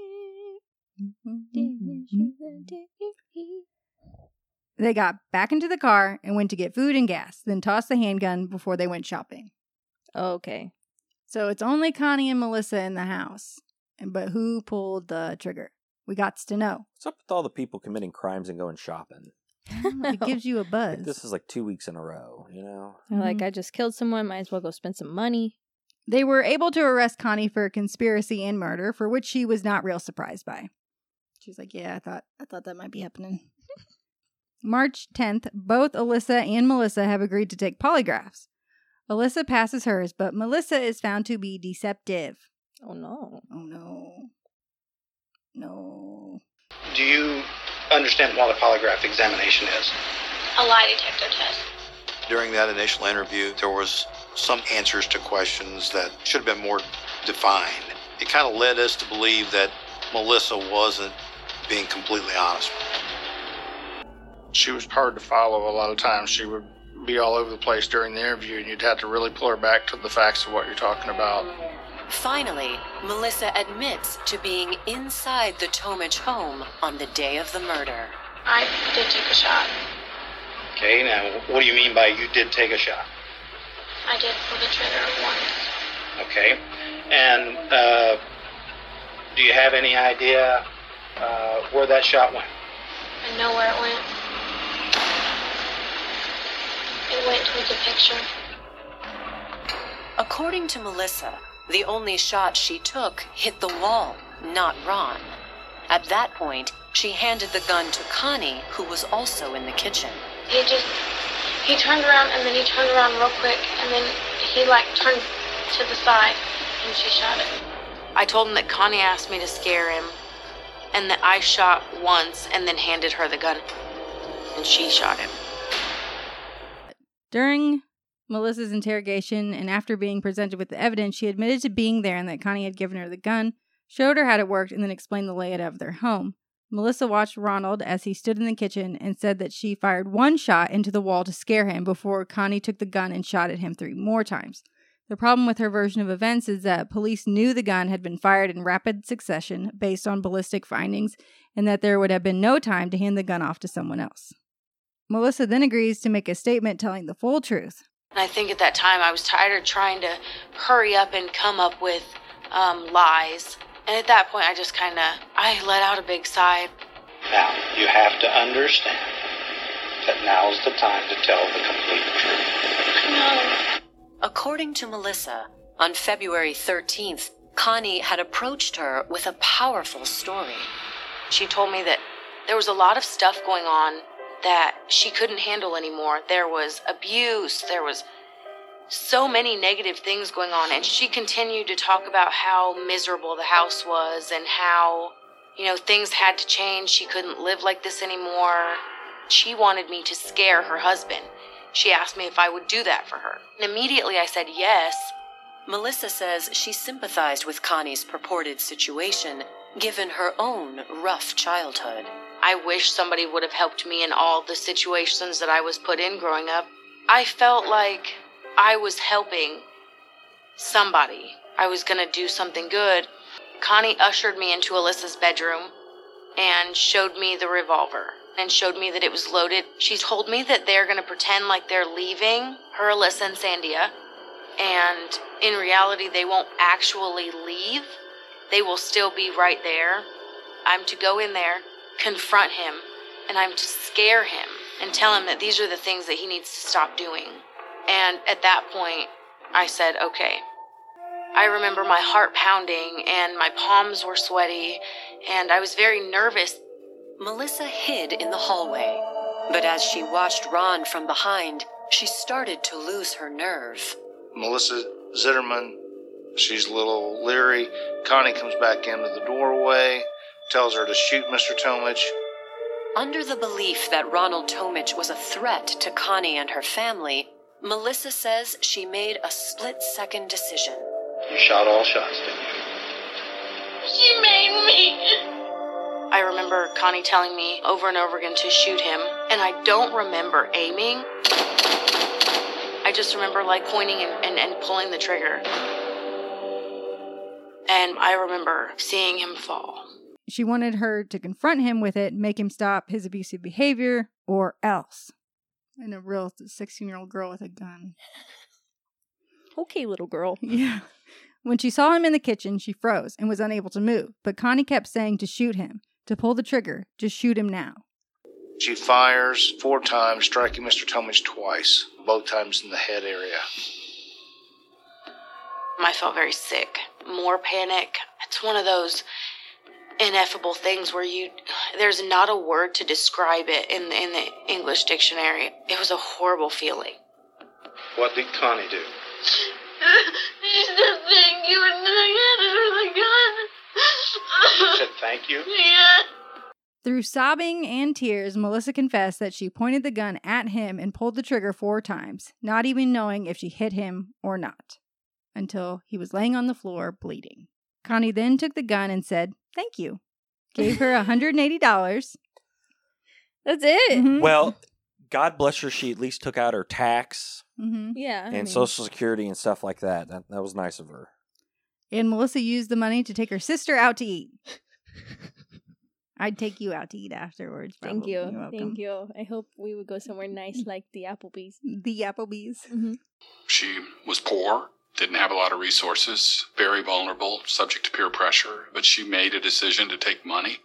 Speaker 3: They got back into the car and went to get food and gas, then tossed the handgun before they went shopping.
Speaker 4: Okay.
Speaker 3: So it's only Connie and Melissa in the house. And- But who pulled the trigger? We got
Speaker 4: [LAUGHS]
Speaker 3: to know.
Speaker 5: What's up with all the people committing crimes and going shopping?
Speaker 3: It gives you a
Speaker 5: Like,
Speaker 3: buzz.
Speaker 5: this is like two weeks in a row. You know.
Speaker 4: They're Like,
Speaker 3: Mhm.
Speaker 4: I just killed someone. Might as well go spend some money.
Speaker 3: They were able to arrest Connie for conspiracy and murder, for which she was not real surprised by. She was like, "Yeah, I thought I thought that might be happening." March 10th, both Alyssa and Melissa have agreed to take polygraphs. Alyssa passes hers, but Melissa is found to be deceptive.
Speaker 4: Oh, no.
Speaker 3: Oh no. No.
Speaker 10: Do you understand what a polygraph examination is?
Speaker 8: A lie detector test.
Speaker 10: During that initial interview, there was some answers to questions that should have been more defined. It kind of led us to believe that Melissa wasn't being completely honest.
Speaker 7: She was hard to follow a lot of times. She would be all over the place during the interview, and you'd have to really pull her back to the facts of what you're talking about.
Speaker 6: Finally, Melissa admits to being inside the Tomich home on the day of the murder.
Speaker 8: I did take a shot.
Speaker 10: Okay, now what do you mean by you did take a shot?
Speaker 8: I did pull the trigger once.
Speaker 10: Okay, and uh, do you have any idea uh, where that shot went?
Speaker 8: I know where it went. It went towards a picture.
Speaker 6: According to Melissa, the only shot she took hit the wall, not Ron. At that point, she handed the gun to Connie, who was also in the kitchen.
Speaker 8: He just he turned around and then he turned around real quick and then he like turned to the side and she shot it. I told him that Connie asked me to scare him and that I shot once and then handed her the gun. and she shot him.
Speaker 3: During Melissa's interrogation and after being presented with the evidence, she admitted to being there and that Connie had given her the gun, showed her how it worked, and then explained the layout of their home. Melissa watched Ronald as he stood in the kitchen and said that she fired one shot into the wall to scare him before Connie took the gun and shot at him three more times. The problem with her version of events is that police knew the gun had been fired in rapid succession based on ballistic findings and that there would have been no time to hand the gun off to someone else. Melissa then agrees to make a statement telling the full truth.
Speaker 8: And I think at that time I was tired of trying to hurry up and come up with um, lies. And at that point, I just kind of I let out a big sigh.
Speaker 12: Now, you have to understand that now's the time to tell the complete truth.
Speaker 6: According to Melissa, on February 13th,
Speaker 8: Connie had approached her with a powerful story. She told me that there was a lot of stuff going on that she couldn't handle anymore. There was abuse, there was so many negative things going on, and she continued to talk about how miserable the house was and how, you know, things had to change. She couldn't live like this anymore. She wanted me to scare her husband. She asked me if I would do that for her. And immediately I said yes.
Speaker 6: Melissa says she sympathized with Connie's purported situation, given her own rough childhood.
Speaker 8: I wish somebody would have helped me in all the situations that I was put in growing up. I felt like I was helping somebody. I was going to do something good. Connie ushered me into Alyssa's bedroom and showed me the revolver and showed me that it was loaded. She told me that they're going to pretend like they're leaving her, Alyssa, and Sandia. And in reality, they won't actually leave. They will still be right there. I'm to go in there, confront him, and I'm to scare him and tell him that these are the things that he needs to stop doing. And at that point, I said, okay. I remember my heart pounding and my palms were sweaty, and I was very nervous.
Speaker 6: Melissa hid in the hallway, but as she watched Ron from behind, she started to lose her nerve.
Speaker 7: Melissa Zitterman, she's a little leery. Connie comes back into the doorway, tells her to shoot Mr. Tomich.
Speaker 6: Under the belief that Ronald Tomich was a threat to Connie and her family, Melissa says she made a split second decision.
Speaker 12: You shot all shots, didn't you?
Speaker 8: She made me. I remember Connie telling me over and over again to shoot him, and I don't remember aiming. I just remember like pointing and, and, and pulling the trigger. And I remember seeing him fall.
Speaker 3: She wanted her to confront him with it, make him stop his abusive behavior, or else. And a real 16 year old girl with a gun. [LAUGHS]
Speaker 4: Okay, little girl.
Speaker 3: Yeah. When she saw him in the kitchen, she froze and was unable to move, but Connie kept saying to shoot him, to pull the trigger, just shoot him now.
Speaker 7: She fires four times, striking Mr. Tomich twice, both times in the head area.
Speaker 8: I felt very sick, more panic. It's one of those ineffable things where you there's not a word to describe it in in the English dictionary. It was a horrible feeling.
Speaker 12: What did Connie do?
Speaker 13: She said thank you and then I had
Speaker 12: She
Speaker 13: her the gun.
Speaker 12: said thank you.
Speaker 13: yeah.
Speaker 3: Through sobbing and tears, Melissa confessed that she pointed the gun at him and pulled the trigger four times, not even knowing if she hit him or not, until he was laying on the floor bleeding. Connie then took the gun and said, Thank you. Gave
Speaker 4: [LAUGHS]
Speaker 3: her $180. dollars
Speaker 4: That's it.
Speaker 3: Mhm.
Speaker 5: Well, God bless her. She at least took out her tax
Speaker 3: Mhm.
Speaker 4: Yeah. I
Speaker 5: and
Speaker 4: mean,
Speaker 5: Social Security and stuff like that. That that was nice of her.
Speaker 3: And Melissa used the money to take her sister out to eat. I'd take you out to eat afterwards.
Speaker 4: Thank
Speaker 3: probably.
Speaker 4: you.
Speaker 3: You're welcome.
Speaker 4: Thank you. I hope we would go somewhere nice like the Applebee's.
Speaker 3: [LAUGHS]
Speaker 4: Mm-hmm.
Speaker 3: The Applebee's.
Speaker 11: She was poor, didn't have a lot of resources, very vulnerable, subject to peer pressure, but she made a decision to take money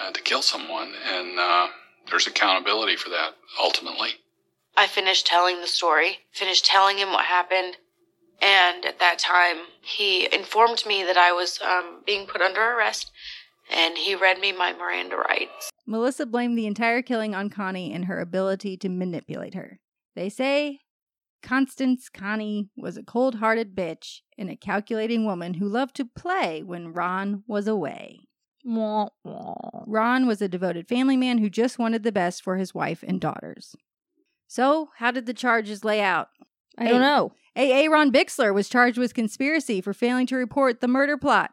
Speaker 11: uh, to kill someone, and uh, there's accountability for that ultimately.
Speaker 8: I finished telling the story, finished telling him what happened, and at that time he informed me that I was um, being put under arrest, and he read me my Miranda rights.
Speaker 3: Melissa blamed the entire killing on Connie and her ability to manipulate her. They say Constance Connie was a cold hearted bitch and a calculating woman who loved to play when Ron was away. Ron was a devoted family man who just wanted the best for his wife and daughters. So, how did the charges lay out?
Speaker 4: I don't know.
Speaker 3: A. A. Ron Bixler was charged with conspiracy for failing to report the murder plot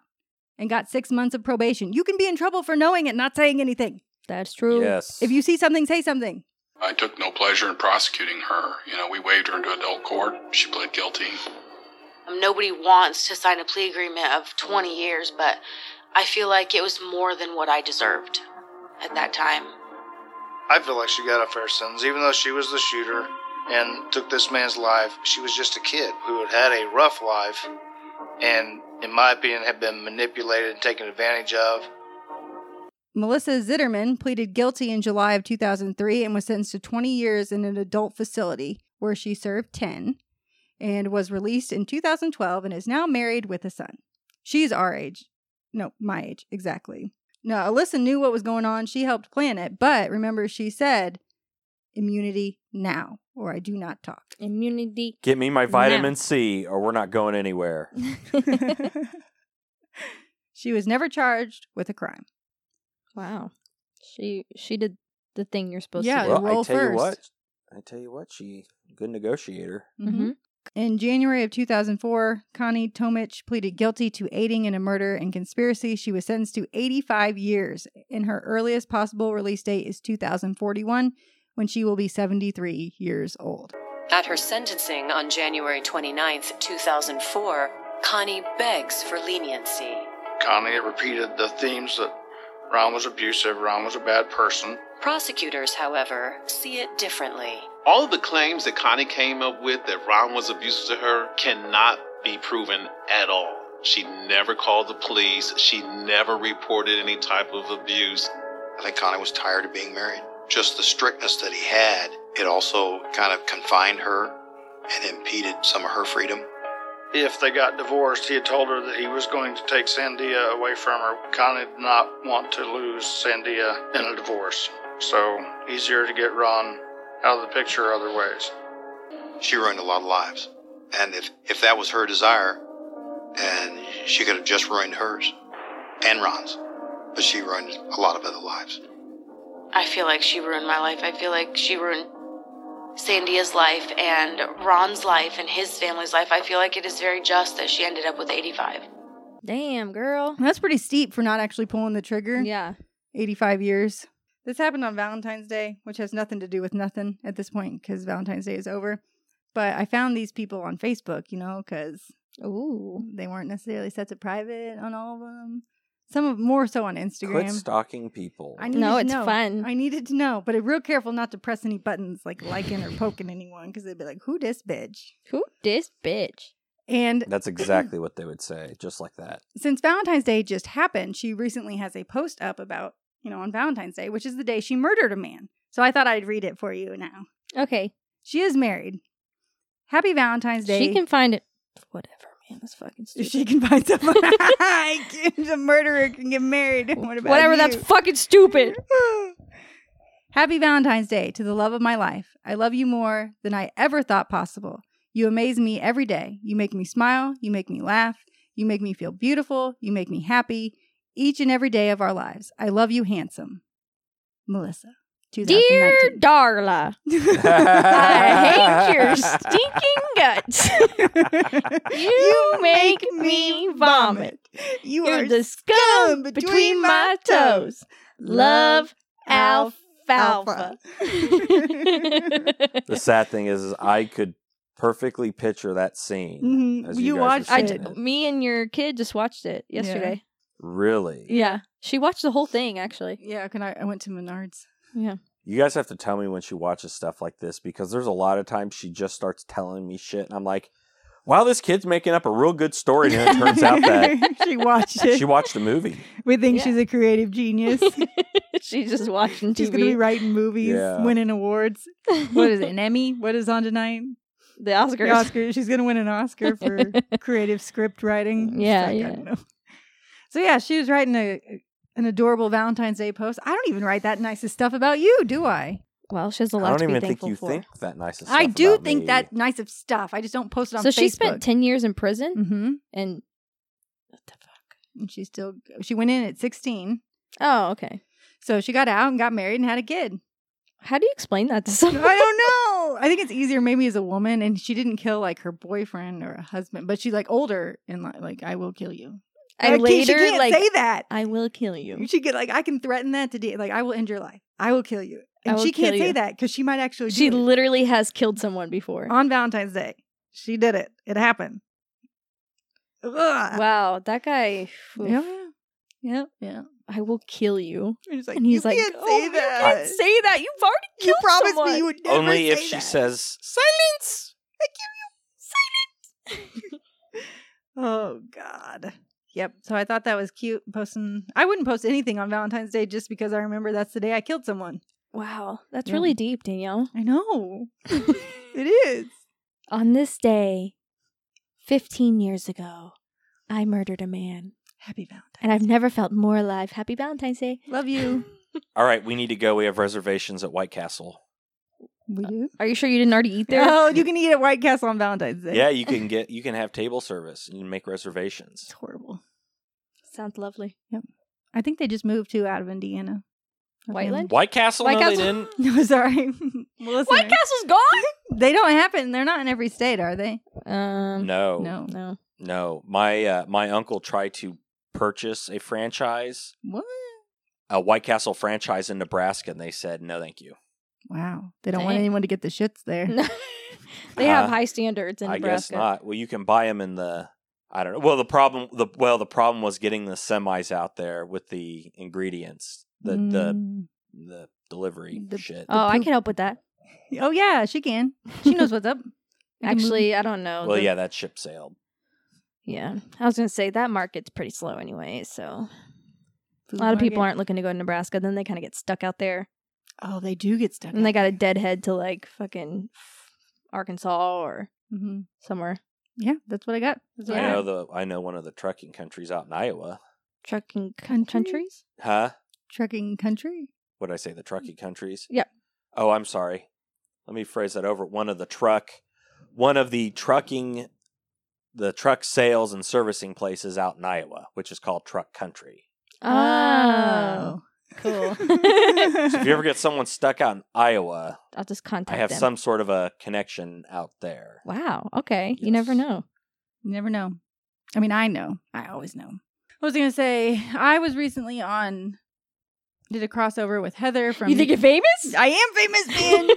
Speaker 3: and got six months of probation. You can be in trouble for knowing it, not saying anything.
Speaker 4: That's true.
Speaker 5: Yes.
Speaker 3: If you see something, say something.
Speaker 11: I took no pleasure in prosecuting her. You know, we waived her into adult court. She pled guilty.
Speaker 8: Um, nobody wants to sign a plea agreement of 20 years, but I feel like it was more than what I deserved at that time.
Speaker 7: I feel like she got a fair sentence, even though she was the shooter and took this man's life. She was just a kid who had had a rough life and, in my opinion, had been manipulated and taken advantage of.
Speaker 3: Melissa Zitterman pleaded guilty in July of 2003 and was sentenced to 20 years in an adult facility where she served 10 and was released in 2012 and is now married with a son. She's our age. No, my age, exactly. Now, Alyssa knew what was going on. She helped plan it, but remember, she said, immunity now, or I do not talk.
Speaker 4: Immunity.
Speaker 5: Get me my vitamin
Speaker 4: Now.
Speaker 5: C, or we're not going
Speaker 4: [LAUGHS]
Speaker 5: anywhere.
Speaker 3: She was never charged with a crime.
Speaker 4: Wow. She she did the thing you're supposed
Speaker 3: Yeah,
Speaker 4: to do.
Speaker 5: well, I tell you what, I tell you what, she good negotiator.
Speaker 4: Mm-hmm.
Speaker 3: In January of 2004, Connie Tomich pleaded guilty to aiding in a murder and conspiracy. She was sentenced to 85 years, and her earliest possible release date is 2041 when she will be 73 years old.
Speaker 6: At her sentencing on January 29th, 2004, Connie begs for leniency.
Speaker 7: Connie repeated the themes that Ron was abusive, Ron was a bad person.
Speaker 6: Prosecutors, however, see it differently.
Speaker 14: All of the claims that Connie came up with that Ron was abusive to her cannot be proven at all. She never called the police. She never reported any type of abuse.
Speaker 10: I think Connie was tired of being married. Just the strictness that he had, it also kind of confined her and impeded some of her freedom.
Speaker 7: If they got divorced, he had told her that he was going to take Sandia away from her. Connie did not want to lose Sandia in a divorce, so easier to get Ron out of the picture other ways.
Speaker 10: She ruined a lot of lives. And if, if that was her desire, and she could have just ruined hers and Ron's, but she ruined a lot of other lives.
Speaker 8: I feel like she ruined my life. I feel like she ruined Sandia's life and Ron's life and his family's life. I feel like it is very just that she ended up with 85.
Speaker 4: Damn, girl.
Speaker 3: That's pretty steep for not actually pulling the trigger.
Speaker 4: Yeah.
Speaker 3: 85 years. This happened on Valentine's Day, which has nothing to do with nothing at this point because Valentine's Day is over. But I found these people on Facebook, you know, because
Speaker 4: Ooh.
Speaker 3: they weren't necessarily set to private on all of them. Some of more so on Mm-hmm. Instagram.
Speaker 5: Quit stalking people.
Speaker 3: I needed
Speaker 4: No,
Speaker 3: to
Speaker 4: it's
Speaker 3: know.
Speaker 4: fun.
Speaker 3: I needed to know, but I'm real careful not to press any buttons like liking or poking anyone because they'd be like, "Who this bitch?"
Speaker 4: Who this bitch?
Speaker 3: And [LAUGHS]
Speaker 5: That's exactly what they would say, just like that.
Speaker 3: since Valentine's Day just happened, she recently has a post up about you know on Valentine's Day, which is the day she murdered a man. So I thought I'd read it for you now.
Speaker 4: Okay.
Speaker 3: She is married. Happy Valentine's Day.
Speaker 4: She can find
Speaker 3: [LAUGHS]
Speaker 4: it. Whatever, man. That's fucking
Speaker 3: If
Speaker 4: stupid.
Speaker 3: she can find
Speaker 4: [LAUGHS]
Speaker 3: someone, I can- the murderer can get married. What about
Speaker 4: Whatever. That's
Speaker 3: you?
Speaker 4: fucking stupid.
Speaker 3: [SIGHS] Happy Valentine's Day to the love of my life. I love you more than I ever thought possible. You amaze me every day. You make me smile. You make me laugh. You make me feel beautiful. You make me happy each and every day of our lives. I love you, handsome. Melissa.
Speaker 4: Dear
Speaker 3: 2019.
Speaker 4: Darla, I hate
Speaker 3: [LAUGHS]
Speaker 4: your stinking guts. you, make me vomit.
Speaker 3: You
Speaker 4: You're
Speaker 3: are
Speaker 4: the scum between my toes. Love
Speaker 3: [LAUGHS]
Speaker 4: [LAUGHS] alfalfa. [LAUGHS]
Speaker 5: The sad thing is, is I could perfectly picture that scene.
Speaker 3: Mhm.
Speaker 5: as
Speaker 3: You
Speaker 5: guys were
Speaker 3: watched
Speaker 4: I,
Speaker 5: saying
Speaker 4: d- me and your kid just watched it yesterday.
Speaker 5: Really?
Speaker 4: Yeah. She watched the whole thing, actually.
Speaker 3: Yeah, can I? I went to Menards.
Speaker 4: Yeah.
Speaker 5: You guys have to tell me when she watches stuff like this because there's a lot of times she just starts telling me shit, and I'm like, "Wow, this kid's making up a real good story." And then it turns out that
Speaker 3: [LAUGHS] she watched it.
Speaker 5: she watched the movie.
Speaker 3: we think
Speaker 4: Yeah.
Speaker 3: she's a creative genius.
Speaker 4: [LAUGHS] She's just watching TV.
Speaker 3: She's going to be writing movies,
Speaker 5: Yeah.
Speaker 4: [LAUGHS]
Speaker 3: winning awards. What is it? An Emmy? What is on tonight?
Speaker 4: The
Speaker 3: The
Speaker 4: Oscars.
Speaker 3: Oscar. She's going to win an Oscar for creative script writing.
Speaker 4: [LAUGHS] Yeah,
Speaker 3: Fuck, I
Speaker 4: yeah.
Speaker 3: don't know. So yeah, she was writing a an adorable Valentine's Day post. I don't even write that nicest stuff about you, do I?
Speaker 4: Well, she has a lot
Speaker 5: I don't
Speaker 4: to be
Speaker 5: even think
Speaker 4: thankful
Speaker 5: you
Speaker 4: for.
Speaker 5: think that nice. Of stuff
Speaker 3: I do
Speaker 5: about
Speaker 3: think
Speaker 5: me.
Speaker 3: that nice of stuff. I just don't post it on
Speaker 4: so
Speaker 3: Facebook.
Speaker 4: she spent 10 years in prison
Speaker 3: hmm
Speaker 4: and
Speaker 3: and she still she went in at 16
Speaker 4: oh okay
Speaker 3: so she got out and got married and had a kid
Speaker 4: how do you explain that to
Speaker 3: i don't
Speaker 4: someone [LAUGHS]
Speaker 3: know i think it's easier maybe as a woman and she didn't kill like her boyfriend or a husband but she's like older and like, like i will kill you
Speaker 4: I
Speaker 3: Like, she
Speaker 4: later
Speaker 3: can't
Speaker 4: like
Speaker 3: say that
Speaker 4: I will kill you.
Speaker 3: she could like i can threaten that to de- like i will end your life i will kill you
Speaker 4: I
Speaker 3: and
Speaker 4: will
Speaker 3: she can't
Speaker 4: kill
Speaker 3: say
Speaker 4: you.
Speaker 3: that because she might actually do
Speaker 4: She
Speaker 3: it.
Speaker 4: literally has killed someone before.
Speaker 3: on valentine's day she did it it happened Ugh.
Speaker 4: Wow, that guy.
Speaker 3: Yeah, yeah,
Speaker 4: yeah. I will kill you.
Speaker 3: And he's like,
Speaker 4: and he's
Speaker 3: "You
Speaker 4: like,
Speaker 3: can't
Speaker 4: "Oh,
Speaker 3: say
Speaker 4: you
Speaker 3: that."
Speaker 4: can't say that. You've already
Speaker 3: you
Speaker 4: killed
Speaker 3: promised
Speaker 4: someone." [LAUGHS]
Speaker 3: me you would never
Speaker 5: Only if
Speaker 3: say
Speaker 5: she
Speaker 3: that.
Speaker 5: says
Speaker 3: silence i give you
Speaker 4: [LAUGHS]
Speaker 3: silence oh god yep so i thought that was cute posting i wouldn't post anything on valentine's day just because i remember that's the day i killed someone
Speaker 4: Wow, that's
Speaker 3: Yeah.
Speaker 4: really deep, Danielle.
Speaker 3: I know. it is.
Speaker 4: On this day, 15 years ago, I murdered a man.
Speaker 3: Happy Valentine's
Speaker 4: And I've never felt more alive. Happy Valentine's Day. [LAUGHS]
Speaker 3: Love you.
Speaker 5: All right, we need to go. We have reservations at White Castle.
Speaker 3: we do
Speaker 4: Are you sure you didn't already eat there?
Speaker 3: oh you can eat at white castle on valentine's day
Speaker 5: Yeah, you can get you can have table service and you can make reservations.
Speaker 3: it's horrible
Speaker 4: [LAUGHS] Sounds lovely.
Speaker 3: Yep. I think they just moved too out of Indiana.
Speaker 4: Whiteland?
Speaker 5: White Castle?
Speaker 3: White
Speaker 5: no, they
Speaker 3: Castle-
Speaker 5: didn't.
Speaker 3: No, [LAUGHS] sorry. Melissa,
Speaker 4: White Castle's gone?
Speaker 3: [LAUGHS] they don't happen. They're not in every state, are they?
Speaker 4: Um,
Speaker 5: No,
Speaker 3: No.
Speaker 4: no.
Speaker 5: no. My uh, my uncle tried to purchase a franchise,
Speaker 3: What?
Speaker 5: a White Castle franchise in Nebraska, and they said no, thank you.
Speaker 3: Wow. They don't want
Speaker 4: Dang.
Speaker 3: anyone to get the shits there.
Speaker 4: No. they have
Speaker 5: Uh,
Speaker 4: high standards in
Speaker 5: I guess
Speaker 4: Nebraska.
Speaker 5: not. Well, you can buy them in the. I don't know. Well, the problem the well the problem was getting the semis out there with the ingredients, the
Speaker 3: Mm.
Speaker 5: the the delivery
Speaker 3: The-
Speaker 5: shit.
Speaker 4: Oh, I
Speaker 3: poop-
Speaker 4: can help with that.
Speaker 3: Oh yeah, she can. She knows what's
Speaker 4: [LAUGHS]
Speaker 3: up. I can move-
Speaker 4: Actually, I don't know.
Speaker 5: well,
Speaker 4: Oh, The-
Speaker 5: yeah, that ship sailed.
Speaker 4: Yeah. I was going to say that market's pretty slow anyway, so
Speaker 3: food
Speaker 4: a lot of people
Speaker 3: market.
Speaker 4: aren't looking to go to Nebraska, then they kind of get stuck out there.
Speaker 3: Oh, they do get stuck.
Speaker 4: And they got a deadhead to like fucking Arkansas or
Speaker 3: hmm
Speaker 4: somewhere.
Speaker 3: Yeah, that's what I got. That's what
Speaker 5: I
Speaker 3: I
Speaker 5: know
Speaker 3: got.
Speaker 5: the I know one of the trucking countries out in Iowa.
Speaker 4: Trucking c-
Speaker 3: Country?
Speaker 4: countries?
Speaker 5: Huh?
Speaker 3: Trucking country.
Speaker 5: What did I say? The trucking countries?
Speaker 4: Mm. Yeah.
Speaker 5: Oh, I'm sorry. Let me phrase that over. One of the truck one of the trucking the truck sales and servicing places out in Iowa, which is called truck
Speaker 4: [LAUGHS]
Speaker 5: country.
Speaker 4: Oh, cool.
Speaker 3: [LAUGHS]
Speaker 5: So if you ever get someone stuck out in Iowa,
Speaker 4: [LAUGHS] I'll just contact
Speaker 5: I have
Speaker 4: them.
Speaker 5: some sort of a connection out there.
Speaker 4: Wow. Okay. You never
Speaker 5: Yes.
Speaker 4: know.
Speaker 3: You never know. I mean, I know. I always know. I was gonna say I was recently on did a crossover with Heather from
Speaker 4: you think you're famous?
Speaker 3: I am famous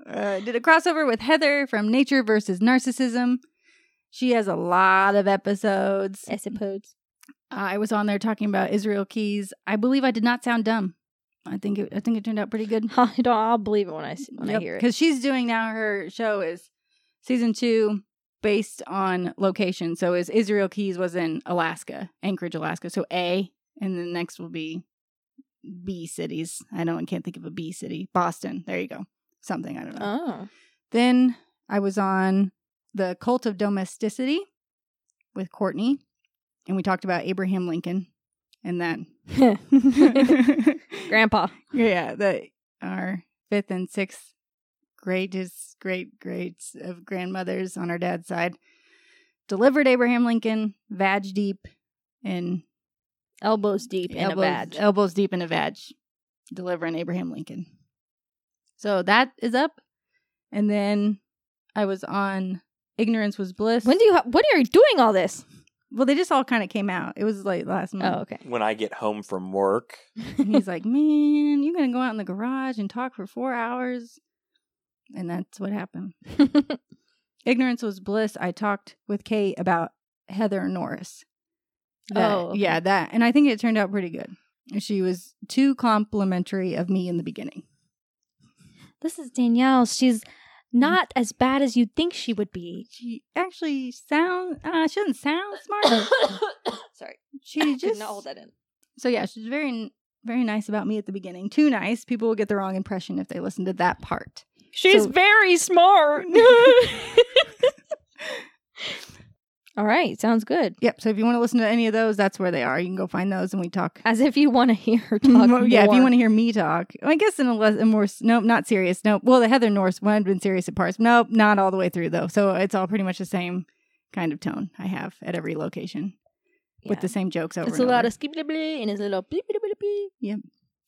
Speaker 4: [LAUGHS]
Speaker 3: man. uh, did a crossover with Heather from Nature versus Narcissism. She has a lot of episodes.
Speaker 4: I suppose.
Speaker 3: I was on there talking about Israel Keys. I believe I did not sound dumb. I think it, I think it turned out pretty good.
Speaker 4: [LAUGHS] I don't, I'll believe it when I s- when I hear it.
Speaker 3: Because she's doing now her show is season two based on location. So is Israel Keys was in Alaska, Anchorage, Alaska. So A, and then next will be B cities. I don't I can't think of a B city. Boston. There you go. Something I don't know.
Speaker 4: Oh.
Speaker 3: Then I was on the Cult of Domesticity with Courtney, and we talked about Abraham Lincoln and that
Speaker 4: [LAUGHS] Grandpa.
Speaker 3: yeah, that our fifth and sixth greatest great greats of grandmothers on our dad's side delivered Abraham Lincoln, vag deep and
Speaker 4: Elbows deep in
Speaker 3: elbows,
Speaker 4: a badge.
Speaker 3: elbows deep in a vag, delivering Abraham Lincoln. So that is up. And then I was on Ignorance Was Bliss.
Speaker 4: when do you ha- what are you doing all this?
Speaker 3: well, they just all kind of came out. It was like last month.
Speaker 4: Oh, okay.
Speaker 5: When I get home from work,
Speaker 3: And
Speaker 4: [LAUGHS]
Speaker 3: he's like, "Man, you're gonna go out in the garage and talk for four hours," and that's what happened.
Speaker 4: [LAUGHS]
Speaker 3: Ignorance was bliss. I talked with Kate about Heather Norris. That-
Speaker 4: Oh, okay.
Speaker 3: yeah, that, and I think it turned out pretty good. She was too complimentary of me in the beginning.
Speaker 4: this
Speaker 3: Mm-hmm.
Speaker 4: is Danielle. She's not as bad as you'd think she would be.
Speaker 3: She actually sound. Uh, she doesn't sound [COUGHS] smart.
Speaker 4: Sorry.
Speaker 3: [COUGHS] She
Speaker 4: Did
Speaker 3: just.
Speaker 4: not hold that in.
Speaker 3: So yeah, she's very, very nice about me at the beginning. Too nice. People will get the wrong impression if they listen to that part.
Speaker 4: She's
Speaker 3: So-
Speaker 4: very
Speaker 3: [LAUGHS]
Speaker 4: smart. All right,
Speaker 3: [LAUGHS]
Speaker 4: sounds [LAUGHS] good.
Speaker 3: Yep. So if you want to listen to any of those, that's where they are. You can go find those and we talk.
Speaker 4: As if you want to hear her talk.
Speaker 3: Well, [LAUGHS] yeah, if you
Speaker 4: more.
Speaker 3: want to hear me talk, I guess in a, less, a more s- nope, not serious. Nope. Well, the Heather Norse one had been serious at parts. Nope, not all the way through though. So it's all pretty much the same kind of tone I have at every location. with the same jokes over
Speaker 4: It's a
Speaker 3: and
Speaker 4: lot
Speaker 3: over.
Speaker 4: of skibidi and it's a little bleep bleep bleep bleep.
Speaker 3: Yep.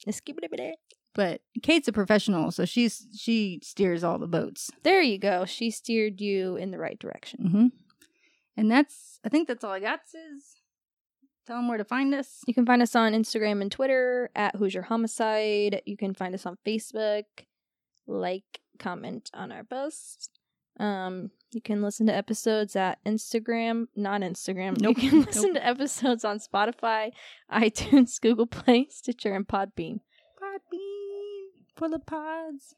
Speaker 4: Skibidi
Speaker 3: but Kate's a professional, so she's she steers all the boats.
Speaker 4: There you go. She steered you in the right direction.
Speaker 3: hmm And that's I think that's all I got. Is tell them where to find us.
Speaker 4: You can find us on Instagram and Twitter at Hoosier Homicide. You can find us on Facebook. Like, comment on our posts. Um, you can listen to episodes at Instagram, not Instagram.
Speaker 3: Nope.
Speaker 4: You can [LAUGHS] listen to episodes on Spotify, iTunes, [LAUGHS] Google Play, Stitcher, and Podbean.
Speaker 3: for the pods.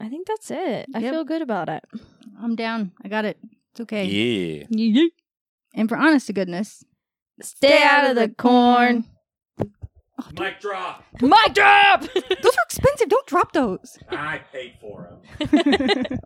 Speaker 4: I think that's it. I
Speaker 3: Yep.
Speaker 4: feel good about it.
Speaker 3: I'm down. I got it. It's okay.
Speaker 5: Yeah.
Speaker 3: And for honest to goodness,
Speaker 4: Stay out of the corn. Oh,
Speaker 5: Mic drop.
Speaker 4: Mic
Speaker 3: [LAUGHS]
Speaker 4: drop. [LAUGHS]
Speaker 3: those are expensive. Don't drop those.
Speaker 5: [LAUGHS] I paid for them.